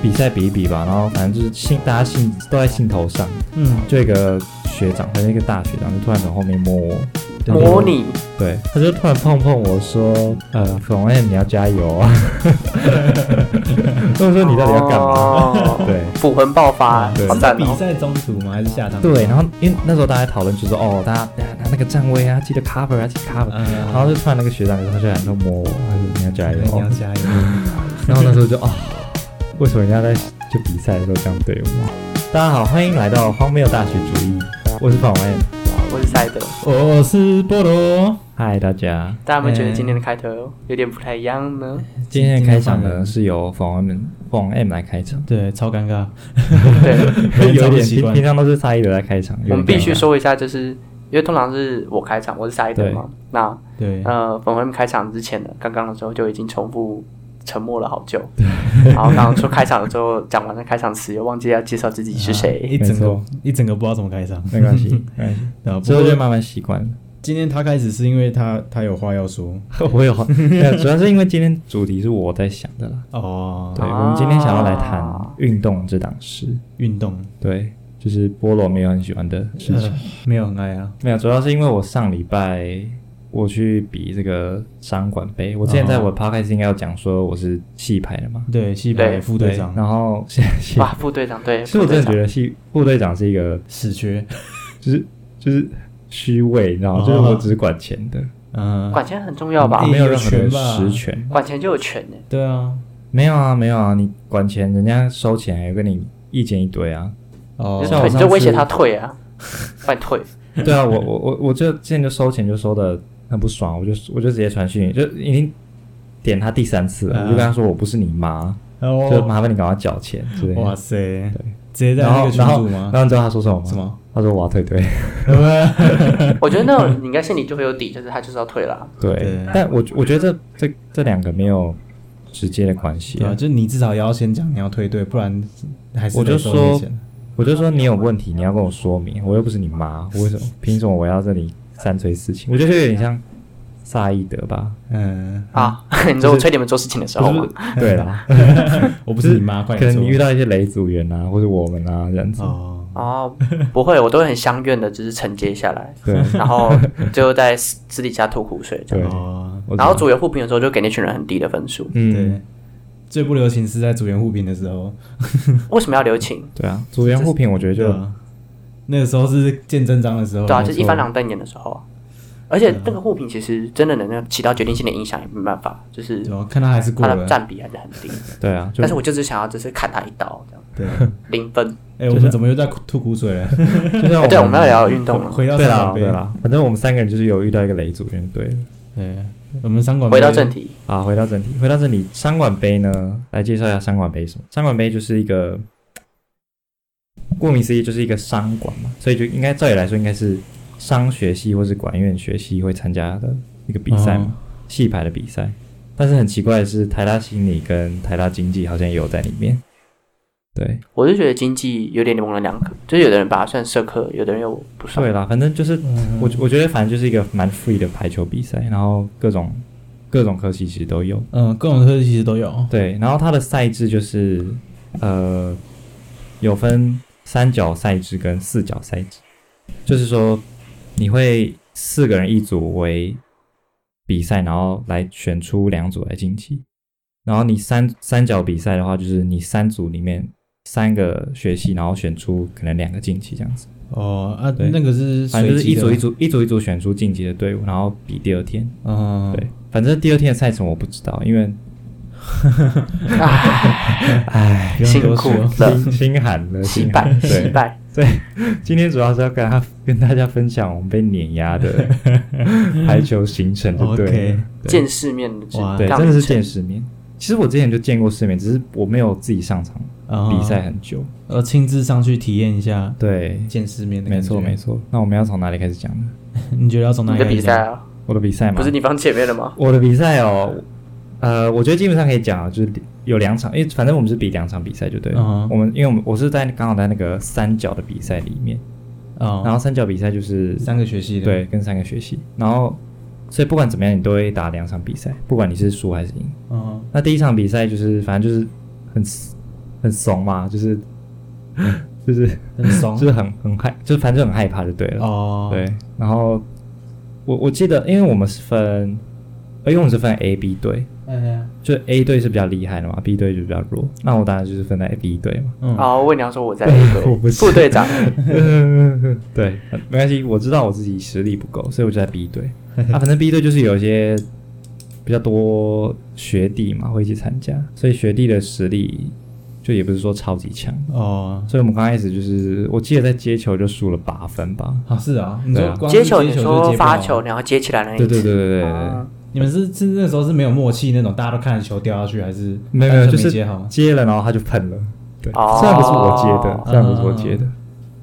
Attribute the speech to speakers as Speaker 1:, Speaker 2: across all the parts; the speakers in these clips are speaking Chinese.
Speaker 1: 比赛比一比吧，然后反正就是兴大家兴都在兴头上，
Speaker 2: 嗯，
Speaker 1: 就有一个学长，他是一个大学长，就突然从后面摸我，然后
Speaker 3: 模拟
Speaker 1: 对，他就突然碰碰我说，呃，冯燕你要加油啊，我说你到底要干嘛？
Speaker 3: 嘛
Speaker 1: 对，
Speaker 3: 哦
Speaker 1: 啊
Speaker 3: 符魂爆发，
Speaker 1: 对
Speaker 3: 好
Speaker 2: 是在
Speaker 3: 赞
Speaker 2: 比
Speaker 3: 哦！
Speaker 2: 赛中途吗？还是下场？
Speaker 1: 对，然后因为那时候大家讨论就是哦，大家大家那个站位啊，记得 cover 啊，记得 cover，、
Speaker 2: 嗯，
Speaker 1: 然后就突然那个学长就上来就摸我，他说你要加油
Speaker 2: 对，你要
Speaker 1: 哦，
Speaker 2: 加油。
Speaker 1: 然后那时候就啊、为什么人家在就比赛的时候这样对我？大家好，欢迎来到荒谬大学主义，我是访问，
Speaker 3: 我是赛德，
Speaker 2: 我是菠萝，
Speaker 1: 嗨大家，
Speaker 3: 大家有没有觉得今天的开头有点不太一 样呢？
Speaker 1: 今天的开场
Speaker 2: 换
Speaker 1: 呢
Speaker 2: 了
Speaker 1: 是由访问们访 M 来开场，
Speaker 2: 对，超尴尬，
Speaker 3: 对，
Speaker 2: 非
Speaker 1: 有
Speaker 2: 常不
Speaker 1: 点
Speaker 2: 习
Speaker 1: 平
Speaker 2: 惯
Speaker 1: 平。常都是差一的来开场，有
Speaker 3: 我们
Speaker 1: 点
Speaker 3: 必须
Speaker 1: 尴尬
Speaker 3: 说一下，就是因为通常是我开场，我是赛德嘛。那
Speaker 2: 对，
Speaker 3: 呃，粉红开场之前呢，刚刚的时候就已经重复沉默了好久。然后刚刚说开场的时候，讲完了开场词，又忘记要介绍自己是
Speaker 2: 啊
Speaker 3: 谁。
Speaker 2: 一整
Speaker 1: 没
Speaker 2: 个
Speaker 1: 错
Speaker 2: 一整个不知道怎么 开场。
Speaker 1: 没关系，没关系，
Speaker 2: 然后不
Speaker 1: 之后
Speaker 2: 过
Speaker 1: 就慢慢习惯了。
Speaker 2: 今天他开始是因为他他有话要说
Speaker 1: 我有， 没有主要是因为今天主题是我在想的啦。
Speaker 2: 哦，
Speaker 1: 对，
Speaker 3: 啊
Speaker 1: 我们今天想要来谈运动这档事。
Speaker 2: 运动
Speaker 1: 对，就是菠萝没有很喜欢的事情。
Speaker 2: 呃没有很爱啊，
Speaker 1: 没有，主要是因为我上礼拜我去比这个商管杯。我之前在
Speaker 2: 哦
Speaker 1: 我的 podcast 应该有讲说我是戏牌的嘛，
Speaker 2: 对，西北
Speaker 3: 对
Speaker 2: 副队长
Speaker 1: 然 后现在戏，
Speaker 3: 哇，副队长，对，
Speaker 1: 其实
Speaker 3: 副
Speaker 1: 我真
Speaker 3: 队
Speaker 1: 的
Speaker 3: 长
Speaker 1: 觉，得戏副队长是一个，
Speaker 2: 死缺，
Speaker 1: 就是就是虚位，你知道吗？
Speaker 2: 哦
Speaker 1: 就是我只是管钱的，
Speaker 2: 嗯，
Speaker 3: 管钱很重要吧
Speaker 2: 嗯？
Speaker 1: 没有任何的
Speaker 2: 有权吧
Speaker 1: 实权。
Speaker 3: 管钱就有权呢。
Speaker 2: 对啊，
Speaker 1: 没有啊，没有啊，你管钱，人家收钱还跟你意见一堆 啊。
Speaker 2: 哦
Speaker 3: 你，
Speaker 1: 像
Speaker 3: 就
Speaker 1: 我
Speaker 3: 退，
Speaker 1: 上
Speaker 3: 你就威
Speaker 1: 次
Speaker 3: 胁他退啊，快退。
Speaker 1: 对啊，我我我我就之前就收钱就收的很不爽，我就我就直接传讯息，就已经点他第三次了，
Speaker 2: 嗯
Speaker 1: 我就跟他说我不是你妈，就
Speaker 2: 哦，
Speaker 1: 麻烦你赶快缴钱之类的。
Speaker 2: 哇塞，直接在
Speaker 1: 然
Speaker 2: 那
Speaker 1: 后
Speaker 2: 个群
Speaker 1: 然后
Speaker 2: 组
Speaker 1: 然
Speaker 2: 吗？
Speaker 1: 后你知道他说什么吗？
Speaker 2: 什？么？
Speaker 1: 他说我要退队。
Speaker 3: 我觉得那种你应该心里就会有底，就是他就是要退了啊。
Speaker 1: 对，
Speaker 2: 对
Speaker 1: 但我我觉得这这这两个没有直接的关系
Speaker 2: 对啊，
Speaker 1: 啊。
Speaker 2: 就是你至少也要先讲你要退队，不然还是
Speaker 1: 我就
Speaker 2: 得收你
Speaker 1: 说
Speaker 2: 钱
Speaker 1: 我就说你有问题，你要跟我说明，我又不是你妈，我为 什么凭什么我要这里三催四请？我觉得这有点像萨义德吧。
Speaker 2: 嗯，
Speaker 3: 啊，你说我催你们做事情的时候
Speaker 1: 不
Speaker 3: 嘛
Speaker 1: 是，对 啦，
Speaker 2: 我不是你妈，快
Speaker 1: 可
Speaker 2: 点
Speaker 1: 能
Speaker 2: 说
Speaker 1: 你遇到一些雷组员啊，或者我们啊这样子。
Speaker 2: 哦，
Speaker 3: 哦，不会，我都会很相愿的，就是承接下来，
Speaker 1: 对，
Speaker 3: 然后最后在私私底下吐苦水这样。
Speaker 1: 对
Speaker 2: 哦，
Speaker 1: 我知道
Speaker 3: 然后组员互评的时候，就给那群人很低的分数。
Speaker 1: 嗯，
Speaker 2: 对，最不流行是在组员互评的时候，
Speaker 3: 为什么要留情？
Speaker 1: 对啊，组员互评我觉得
Speaker 2: 对
Speaker 1: 就
Speaker 2: 啊，那个时候是见真章的时候，
Speaker 3: 对啊，
Speaker 2: 哦没
Speaker 3: 就是一
Speaker 2: 错
Speaker 3: 翻两瞪眼的时候啊。而且那个互评其实真的能起到决定性的影响，也没办法，就是
Speaker 2: 对啊看他还是过
Speaker 3: 他的
Speaker 2: 了，
Speaker 3: 占比还是很低。
Speaker 1: 对啊，就
Speaker 3: 但是我就是想要，就是砍他一刀这样，
Speaker 2: 对，
Speaker 3: 零分。
Speaker 2: 哎，我们怎么又在吐苦水了？
Speaker 1: 就像
Speaker 3: 哎对，我们要聊运动了。
Speaker 2: 回到
Speaker 1: 对
Speaker 2: 三
Speaker 1: 啦
Speaker 2: 管杯
Speaker 1: 对，啦，反正我们三个人就是有遇到一个雷组员，对了
Speaker 2: 对，我们三管杯
Speaker 3: 回到正题，
Speaker 1: 啊，回到正题，回到正题，三管杯呢，来介绍一下三管杯是什么？三管杯就是一个，顾名思义就是一个商管嘛，所以就应该照理来说应该是商学系或是管院学系会参加的一个比赛嘛，戏牌的比赛。但是很奇怪的是，台大心理跟台大经济好像也有在里面，对，
Speaker 3: 我就觉得经济有点模棱两可，就是有的人把它算社科，有的人又不算。
Speaker 1: 对啦，反正就是
Speaker 2: 嗯
Speaker 1: 我我觉得反正就是一个蛮 free 的排球比赛，然后各种各种科系其实都有。
Speaker 2: 嗯，各种科技其实都有，
Speaker 1: 对，然后它的赛制就是呃有分三角赛制跟四角赛制，就是说你会四个人一组为比赛，然后来选出两组来晋级。然后你三三角比赛的话，就是你三组里面三个学系，然后选出可能两个晋级这样子。
Speaker 2: 哦啊，
Speaker 1: 对
Speaker 2: 那个是
Speaker 1: 反正就是一组一
Speaker 2: 组，
Speaker 1: 组一组一组选出晋级的队伍，然后比第二天。
Speaker 2: 嗯，
Speaker 1: 对，反正第二天的赛程我不知道，因为
Speaker 2: 唉，不用
Speaker 3: 辛
Speaker 2: 多
Speaker 3: 苦
Speaker 2: 说
Speaker 3: 了，
Speaker 1: 心心寒了，
Speaker 3: 惜
Speaker 1: 啊心寒
Speaker 3: 败，惜
Speaker 1: 对，
Speaker 3: 败。
Speaker 1: 今天主要是要跟他跟大家分享我们被碾压 的排球行程，就对
Speaker 2: OK
Speaker 1: 了，对
Speaker 3: 见世面的
Speaker 2: 哇
Speaker 1: 对，
Speaker 3: 杠
Speaker 1: 真的是
Speaker 3: 精
Speaker 1: 见世面。其实我之前就见过世面，只是我没有自己上场
Speaker 2: 啊
Speaker 1: 比赛很久。
Speaker 2: 呃，亲自上去体验一下
Speaker 1: 对，
Speaker 2: 见世面的
Speaker 1: 没
Speaker 2: 感觉。
Speaker 1: 错没
Speaker 2: 错，
Speaker 1: 错。那我们要从哪里开始讲呢？
Speaker 2: 你觉得要从哪
Speaker 3: 你
Speaker 2: 里
Speaker 3: 的
Speaker 2: 开始
Speaker 3: 比赛啊，
Speaker 1: 我的比赛吗？
Speaker 3: 不是你放前面的吗？
Speaker 1: 我的比赛哦，呃，我觉得基本上可以讲啊，就是有两场，因为反正我们是比两场比赛就对了。
Speaker 2: 嗯哼
Speaker 1: 我们因为我们我是在刚好在那个三角的比赛里面，
Speaker 2: 讲？哦，
Speaker 1: 然后三角比赛就是
Speaker 2: 三个学系的，，
Speaker 1: 对跟三个学习，然后所以不管怎么样，你都会打两场比赛，不管你是输还是赢。
Speaker 2: 嗯，
Speaker 1: 那第一场比赛就是反正就是很很怂嘛， 就是就是
Speaker 2: 很怂
Speaker 1: 就是很很害，就是反正很害怕就对了。
Speaker 2: 哦，
Speaker 1: 对，然后我我记得，因为我们是分，呃因为我们是分 A、B 队，
Speaker 2: 嗯
Speaker 1: 就 A 队是比较厉害的嘛，B 队就比较弱。那我当然就是分在 B 队嘛。
Speaker 2: 嗯
Speaker 3: 啊，我问你要说我在 A
Speaker 1: 我不
Speaker 3: 队，
Speaker 1: 是
Speaker 3: 副 队长，
Speaker 1: 对，没关系，我知道我自己实力不够，所以我就在 B 队。啊，反正 B 队就是有一些比较多学弟嘛，会一起参加，所以学弟的实力就也不是说超级强。
Speaker 2: 哦，
Speaker 1: 所以我们刚开始就是，我记得在接球就输了八分吧。
Speaker 2: 啊是啊，你
Speaker 1: 对
Speaker 2: 说
Speaker 1: 啊
Speaker 2: 光
Speaker 3: 接
Speaker 2: 是
Speaker 3: 球你
Speaker 2: 接
Speaker 3: 说
Speaker 2: 就接不
Speaker 3: 发
Speaker 2: 好
Speaker 3: 球，然后接起来那一
Speaker 1: 对对对
Speaker 3: 次
Speaker 1: 对对对，
Speaker 3: 啊
Speaker 2: 你们是是那时候是没有默契那种，大家都看着球掉下去，还是
Speaker 1: 没有没有，
Speaker 2: 单纯
Speaker 1: 就
Speaker 2: 没
Speaker 1: 是
Speaker 2: 接好？
Speaker 1: 接了然后他就喷了。对，
Speaker 3: 哦
Speaker 1: 虽然不是我接的，虽然不是我接的，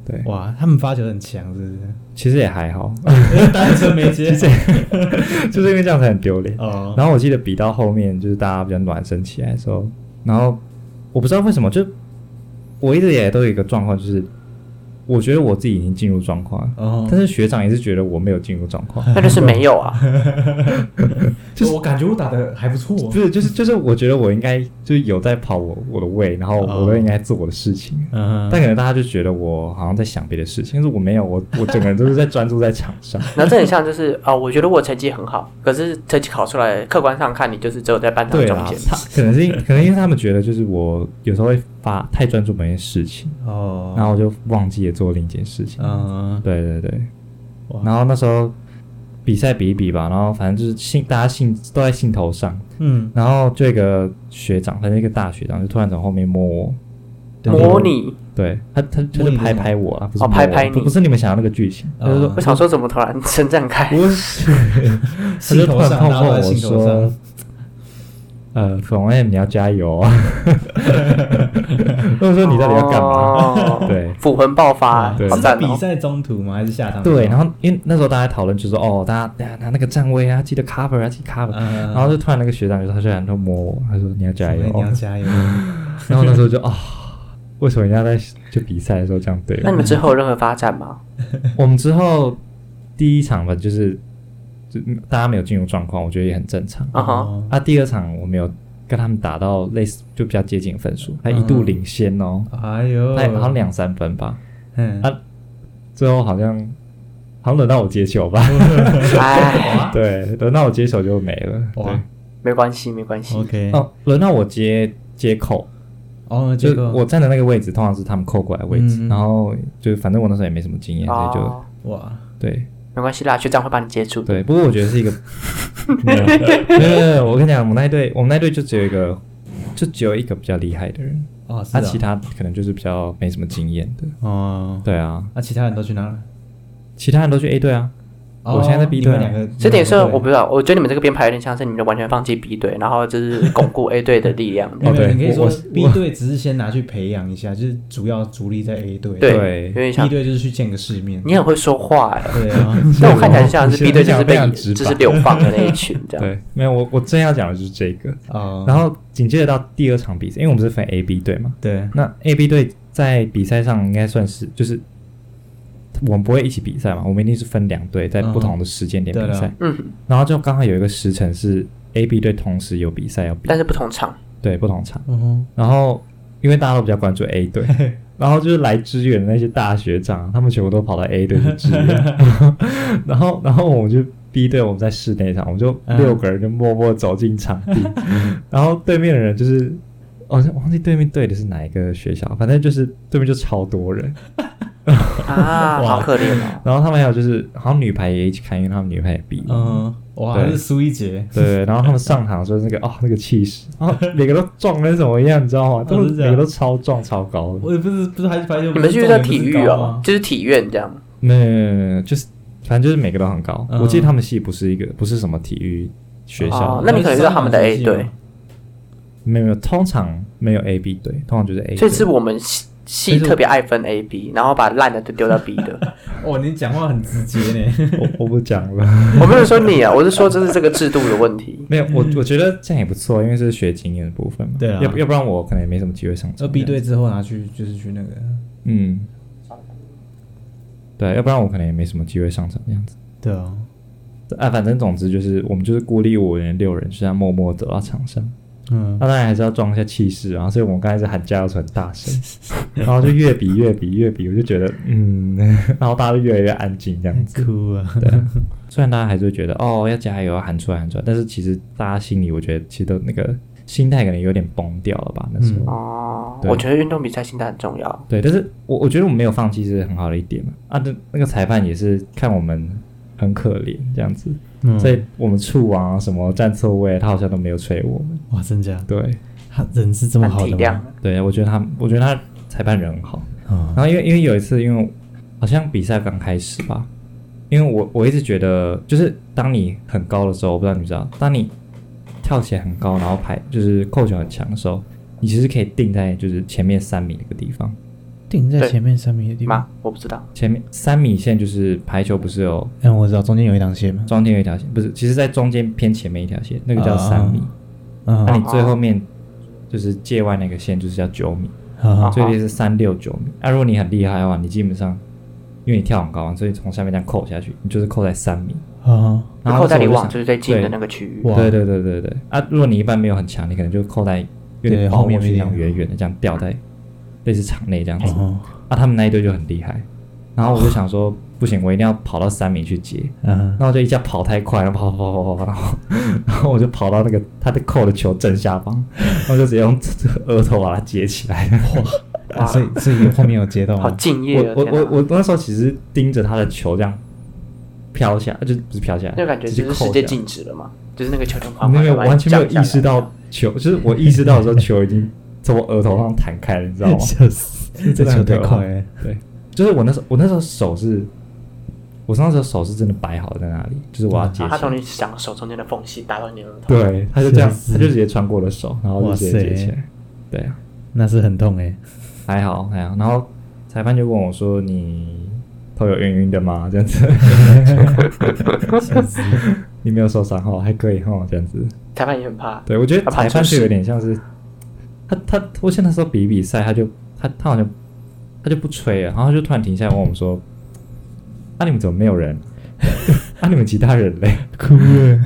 Speaker 1: 对，
Speaker 2: 哇，他们发球很强，是不
Speaker 1: 其实也还好，
Speaker 2: 是？ 单纯没接
Speaker 1: 就是因为这样才很丢脸。
Speaker 2: 哦，
Speaker 1: 然后我记得比到后面，就是大家比较暖身起来的时候，然后我不知道为什么，就我一直也都有一个状况，就是我觉得我自己已经进入状况了，
Speaker 2: 哦
Speaker 1: 但是学长也是觉得我没有进入状况，
Speaker 3: 那就是没有啊，
Speaker 2: 就是我感觉我打的还不错哦，
Speaker 1: 不是，就是就是我觉得我应该就是有在跑我我的位，然后我都应该做我的事情。
Speaker 2: 嗯
Speaker 1: 但可能大家就觉得我好像在想别的事情，但是我没有，我我整个人都是在专注在场上。
Speaker 3: 然后这很像就是啊、我觉得我成绩很好，可是成绩考出来，客观上看你就是只有在班上
Speaker 1: 对啊
Speaker 3: 中
Speaker 1: 啦
Speaker 3: 间，，
Speaker 1: 他可能是因可能因为他们觉得就是我有时候会发太专注某件事情，
Speaker 2: 哦，
Speaker 1: 然后我就忘记了做另一件事情。
Speaker 2: 嗯
Speaker 1: 对对对
Speaker 2: 哇，
Speaker 1: 然后那时候比赛比一比吧，然后反正就是兴大家兴都在兴头上，
Speaker 2: 嗯，
Speaker 1: 然后就有一个学长，反正一个大学长就突然从后面摸我，
Speaker 2: 对
Speaker 3: 模拟。
Speaker 1: 对他他他
Speaker 2: 摸
Speaker 1: 就
Speaker 2: 你
Speaker 1: 拍
Speaker 2: 吗
Speaker 1: 拍我啊，不是
Speaker 3: 哦
Speaker 1: 摸
Speaker 3: 拍
Speaker 1: 我
Speaker 3: 拍你
Speaker 1: 不不是你们想的那个剧情，他就说
Speaker 2: 哦
Speaker 3: 我想说怎么突然伸展开？
Speaker 1: 不是， 他
Speaker 2: 兴
Speaker 1: 就突
Speaker 2: 头
Speaker 1: 然
Speaker 2: 上，
Speaker 1: 碰
Speaker 2: 大家
Speaker 1: 碰
Speaker 2: 都在
Speaker 1: 我
Speaker 2: 兴头
Speaker 1: 说
Speaker 2: 上，。
Speaker 1: 呃，粉红 M，你要加油 啊！或者说你到底要干嘛？
Speaker 3: 哦
Speaker 1: 对
Speaker 3: 符魂爆发，
Speaker 1: 对
Speaker 3: 好
Speaker 2: 是在
Speaker 3: 赞
Speaker 2: 比
Speaker 3: 哦！
Speaker 2: 赛中途吗？还是下场？
Speaker 1: 对，然后因为那时候大家讨论就是说，哦，大家大家拿那个站位啊，记得 cover 啊，记得 cover。
Speaker 2: 嗯
Speaker 1: 然后就突然那个学长就他居然就摸我，他说你要加油
Speaker 2: 你要
Speaker 1: 哦。
Speaker 2: 加油，
Speaker 1: 然后那时候就啊、为什么人家在就比赛的时候这样对
Speaker 3: 那你
Speaker 1: 我？
Speaker 3: 们之后有任何发展吗？
Speaker 2: 嗯
Speaker 1: 我们之后第一场吧，就是就大家没有进入状况，我觉得也很正常。
Speaker 3: 啊哈，
Speaker 2: 哦
Speaker 1: 啊，第二场我没有跟他们打到类似就比较接近的分数，还一度领先哦，
Speaker 2: 哎呦，
Speaker 1: 还好像两三分吧。
Speaker 2: 嗯
Speaker 1: 啊最后好像好像轮到我接球吧，
Speaker 3: 哎，
Speaker 2: 哇
Speaker 1: 对，轮到我接手就没了。对
Speaker 2: 哇
Speaker 3: 没关系，没关系。
Speaker 2: ，OK，
Speaker 1: 哦，轮到我接接扣，
Speaker 2: 哦，
Speaker 1: 就
Speaker 2: 结
Speaker 1: 是
Speaker 2: 果
Speaker 1: 我站的那个位置通常是他们扣过来的位置，
Speaker 2: 嗯嗯
Speaker 1: 然后就反正我那时候也没什么经验，所以就、
Speaker 3: 哦，
Speaker 2: 哇，
Speaker 1: 对
Speaker 3: 没关系啦，学长会帮你接住的。
Speaker 1: 对。不过我觉得是一 个，没有没有没有，我跟你讲，我们那一队我们那一队就只有一个，就只有一个比较厉害的人，
Speaker 2: 哦，是
Speaker 1: 那、
Speaker 2: 啊
Speaker 1: 其他可能就是比较没什么经验的。
Speaker 2: 哦，
Speaker 1: 对啊，
Speaker 2: 那其他人都去哪了？
Speaker 1: 其他人都去 A 队啊，
Speaker 2: 哦
Speaker 1: 我现在在 B 队啊
Speaker 2: 你们两个，
Speaker 3: 所以等于说，我不
Speaker 2: 不
Speaker 3: 知道，我觉得你们这个编排有点像是你们完全放弃 B 队，然后就是巩固 A 队的力量。
Speaker 2: 没有，
Speaker 1: 哦对
Speaker 2: 你可以
Speaker 1: 我
Speaker 2: 说
Speaker 1: 我是
Speaker 2: B 队只是先拿去培养一下，就是主要主力在 A 队，
Speaker 3: 对，
Speaker 1: 对
Speaker 3: 有点像
Speaker 2: B。队就是去见个世面。
Speaker 3: 你很会说话哎，
Speaker 2: 对啊，
Speaker 3: 但我看起来像是
Speaker 1: 是
Speaker 3: B 队就是被
Speaker 1: 非常直白
Speaker 3: 就是流放的那一群这样。
Speaker 1: 对，没有我我正要讲的就是这个，
Speaker 2: 哦，
Speaker 1: 然后紧接着到第二场比赛，因为我们是分 A、B 队嘛，
Speaker 2: 对，
Speaker 1: 那 A、B 队在比赛上应该算是就是我们不会一起比赛嘛，我们一定是分两队在
Speaker 2: 嗯
Speaker 1: 不同的时间点
Speaker 2: 对啊
Speaker 1: 比
Speaker 2: 了
Speaker 1: 赛，
Speaker 3: 嗯，
Speaker 1: 然后就刚好有一个时辰是 A、B 队同时有比赛要比
Speaker 3: 但，是不同场，
Speaker 1: 对不同场，
Speaker 2: 嗯
Speaker 1: 然后因为大家都比较关注 A 队，然后就是来支援的那些大学长，他们全部都跑到 A 队去支援， 然后然后我们就 B 队我们在室内场，我们就
Speaker 2: 嗯
Speaker 1: 六个人就默默走进场 地，然后对面的人就是。好像忘记对面对的是哪一个学校，反正就是对面就超多人，
Speaker 3: 啊，
Speaker 2: 哇
Speaker 3: 好可怜 哦。
Speaker 1: 然后他们还有就是好像女排也一起看，因为他们女排也比
Speaker 2: 哼，
Speaker 1: 嘛，
Speaker 2: 嗯，哇，
Speaker 1: 对
Speaker 2: 还是苏一杰，
Speaker 1: 对对，然后他们上场的时候那个哦那个气势， 然后每个都壮跟什么一样，你知道吗？他们
Speaker 2: 哦是这
Speaker 1: 每
Speaker 2: 样
Speaker 1: 个都超壮超高的，
Speaker 2: 我也不是不是还是排球，
Speaker 3: 你们是遇
Speaker 2: 重
Speaker 3: 到
Speaker 2: 点不
Speaker 3: 体
Speaker 2: 是
Speaker 3: 育
Speaker 2: 高
Speaker 3: 哦
Speaker 2: 吗，？
Speaker 3: 就是体院这样。
Speaker 1: 没有没有没有没有，就是反正就是每个都很高。
Speaker 2: 嗯
Speaker 1: 我记得他们系不是一个不是什么体育学校，呃
Speaker 3: 哦那你可能遇到他们的 A 队
Speaker 1: 没有没有，通常没有 A B 队，通常就是 A 队。
Speaker 3: 所以是我们系系
Speaker 1: 但是我
Speaker 3: 特别爱分 A B，然后把烂的都丢到 B 的。
Speaker 2: 哦，你讲话很直接呢。
Speaker 1: 我我不讲了，
Speaker 3: 我没有说你啊，我是说这是这个制度的问题。
Speaker 1: 没有我我觉得这样也不错，因为是学经验的部分嘛。
Speaker 2: 对啊
Speaker 1: 要不要不然我可能也没什么机会上
Speaker 2: 那
Speaker 1: 场。
Speaker 2: B 队之后拿去就是去那个，
Speaker 1: 嗯，对，要不然我可能也没什么机会上场这样子。
Speaker 2: 对啊，
Speaker 1: 啊，反正总之就是我们就是孤立无援的六人，是在默默走到场上。
Speaker 2: 嗯
Speaker 1: 那当然还是要装一下气势啊，所以我们刚开始喊加油时很大声，然后就越比越比越比，我就觉得嗯，然后大家就越来越安静这样子。
Speaker 2: 哭啊，
Speaker 1: 虽然大家还是会觉得哦要加油要喊出来喊出来，但是其实大家心里我觉得其实都那个心态可能有点崩掉了吧那时候。
Speaker 3: 哦，
Speaker 1: 对
Speaker 3: 我觉得运动比赛心态很重要。
Speaker 1: 对，但是我我觉得我们没有放弃是很好的一点嘛。啊，那那个裁判也是看我们很可怜这样子，
Speaker 2: 嗯
Speaker 1: 所以我们触网啊什么站错位，他好像都没有吹我们。
Speaker 2: 哇，真假？
Speaker 1: 对，
Speaker 2: 他人是这么好
Speaker 3: 很体
Speaker 2: 的
Speaker 3: 谅
Speaker 2: 吗？，
Speaker 1: 对，我觉得他，我觉得他裁判人很好。
Speaker 2: 啊
Speaker 1: 然，后因为因为有一次，因为好像比赛刚开始吧，因为我我一直觉得，就是当你很高的时候，我不知道你知道，当你跳起来很高，然后排就是扣球很强的时候，你其实可以定在就是前面三米那个地方。
Speaker 2: 定在
Speaker 3: 对
Speaker 2: 前面三米的地方
Speaker 3: 吗。？我不知道。
Speaker 1: 前面三米线就是排球不是有
Speaker 2: 嗯，我知道中间有一条线嘛。
Speaker 1: 中间有一条线，不是，其实在中间偏前面一条线，那个叫
Speaker 2: 啊
Speaker 1: 三米。
Speaker 2: 嗯
Speaker 1: 那、，你最后面就是界外那个线就是叫九米，
Speaker 2: 好，
Speaker 1: 最低是三六九米。那、如果你很厉害的话，你基本上因为你跳很高嘛，所以从下面这样扣下去，你就是扣在三米。
Speaker 2: 好，
Speaker 1: 然
Speaker 3: 扣
Speaker 1: 后
Speaker 3: 在
Speaker 1: 那时
Speaker 3: 你
Speaker 1: 候我
Speaker 3: 网
Speaker 1: 就
Speaker 3: 就是最近的
Speaker 1: 对
Speaker 3: 那个区域。
Speaker 2: 哇
Speaker 1: 对对对对对。啊，如果你一般没有很强，你可能就扣在有
Speaker 2: 对
Speaker 1: 点
Speaker 2: 后面
Speaker 1: 跑过去
Speaker 2: 一
Speaker 1: 这
Speaker 2: 点
Speaker 1: 样远远的这样吊在类似场内这
Speaker 3: 哎
Speaker 1: 样子。
Speaker 2: 哦，
Speaker 1: 啊，他们那一队就很厉害。然后我就想说，不行，我一定要跑到三米去接。
Speaker 2: 嗯，
Speaker 1: 然后我就一下跑太快，然后跑跑跑跑跑，然后然后我就跑到那个他的扣的球正下方，然后就直接用额头把它接起来。
Speaker 3: 哇
Speaker 2: 所以所以有后面有接到
Speaker 3: 好
Speaker 2: 吗？
Speaker 3: 敬业
Speaker 1: 我
Speaker 3: 哦，
Speaker 1: 我
Speaker 3: 天
Speaker 1: 我
Speaker 3: 哪
Speaker 1: 我那时候其实盯着他的球这样飘下，呃就是不是飘 下来，
Speaker 3: 那个感觉
Speaker 1: 直
Speaker 3: 就
Speaker 1: 接
Speaker 3: 是
Speaker 1: 扣
Speaker 3: 世界
Speaker 1: 下来
Speaker 3: 静止了嘛，就是那个球球
Speaker 1: 我
Speaker 3: 缓
Speaker 1: 没
Speaker 3: 缓
Speaker 1: 有
Speaker 3: 地
Speaker 1: 完全没有
Speaker 3: 降下
Speaker 1: 意识
Speaker 3: 来
Speaker 1: 到球，就是我意识到的时候，球已经从我额头上弹开了，你知 道吗？
Speaker 2: 笑死，
Speaker 1: 真
Speaker 2: 这
Speaker 1: 的
Speaker 2: 球
Speaker 1: 很
Speaker 2: 太
Speaker 1: 可怕
Speaker 2: 快了，
Speaker 1: 对，就是我那时候我那时候手是，我那时候手是真的摆好在那里，就是我要接
Speaker 3: 啊
Speaker 1: 球。
Speaker 3: 他从你掌手中间的缝隙打到你的额头。
Speaker 1: 对，他就这样，
Speaker 2: 是
Speaker 1: 他就直接穿过我的手，然后就直接接起
Speaker 2: 哇
Speaker 1: 来。对啊，
Speaker 2: 那是很痛哎。
Speaker 1: 还好还好。然后裁判就问我说：“你头有晕晕的吗？”这样 子，你没有受伤哈，还可以哈，这样子。
Speaker 3: 裁判也很怕。
Speaker 1: 对我觉得
Speaker 3: 他怕
Speaker 1: 裁判
Speaker 3: 出
Speaker 1: 是有
Speaker 3: 事
Speaker 1: 点像是他他，我记得那时候比比赛，他就他他好像他就不吹了，然后他就突然停下来问我们说：“啊，你们怎么没有人？ 啊，你们其他人嘞？”
Speaker 2: 哭了，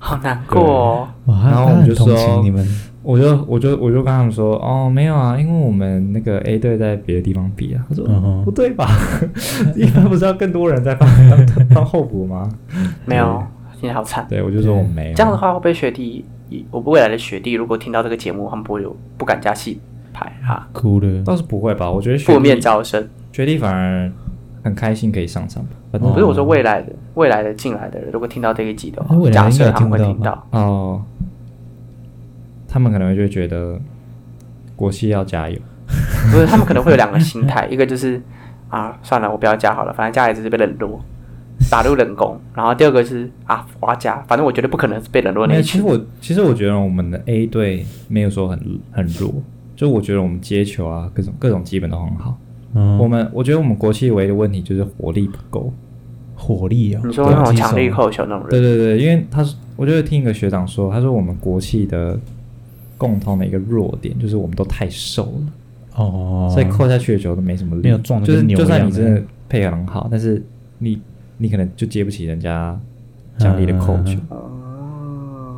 Speaker 3: 好难过哦。
Speaker 2: 哇！
Speaker 1: 然后我们就
Speaker 2: 他很同情
Speaker 1: 说
Speaker 2: 你们，
Speaker 1: 我就我就我就跟他们说，哦，没有啊，因为我们那个 A 队在别的地方比啊。他说、
Speaker 2: 嗯哼
Speaker 1: 不对吧？ 一般不是要更多人 在帮当当当候补吗？
Speaker 3: 没有，现在好惨。
Speaker 1: 对，我就说我没有。啊
Speaker 3: 这样的话会不会学弟，我未来的学弟如果听到这个节目，他们不会有不敢加戏牌啊，
Speaker 2: 哭了，
Speaker 1: 倒是不会吧？我觉得学
Speaker 3: 负面
Speaker 1: 弟
Speaker 3: 招生。
Speaker 1: 学弟反而很开心可以上场吧。反正
Speaker 2: 哦
Speaker 3: 不是我说未来的，未来的进来的人，如果听到这一集的话
Speaker 2: 哎未，来
Speaker 3: 假
Speaker 2: 应该
Speaker 3: 设
Speaker 2: 有
Speaker 3: 他们会
Speaker 2: 听到
Speaker 3: 听到，
Speaker 1: 哦，他们可能就会觉得国系要加油。
Speaker 3: 不是他们可能会有两个心态，一个就是啊算了，我不要加好了，反正加也只是被冷落，打入冷宫。然后第二个是啊我要加，反正我绝对不可能是被冷落那
Speaker 1: 没有
Speaker 3: 一
Speaker 1: 其
Speaker 3: 群
Speaker 1: 实。我其实我觉得我们的 A 队没有说很很弱，就我觉得我们接球啊，各种各种基本都很好。
Speaker 2: 嗯
Speaker 1: 我们我觉得我们国际唯一的问题就是火力不够。
Speaker 2: 火力啊，
Speaker 3: 你说那
Speaker 2: 攻
Speaker 3: 种
Speaker 2: 击手
Speaker 3: 强力扣球那种
Speaker 1: 对
Speaker 3: 人，
Speaker 1: 对对，因为他是，我就听一个学长说，他说我们国际的共同的一个弱点就是我们都太瘦了，
Speaker 2: 哦，
Speaker 1: 所以扣下去的球都没什么力。
Speaker 2: 没有撞得
Speaker 1: 就是
Speaker 2: 跟牛
Speaker 1: 就算你
Speaker 2: 一样
Speaker 1: 真
Speaker 2: 的
Speaker 1: 的配合很好，但是你你可能就接不起人家强力的扣球。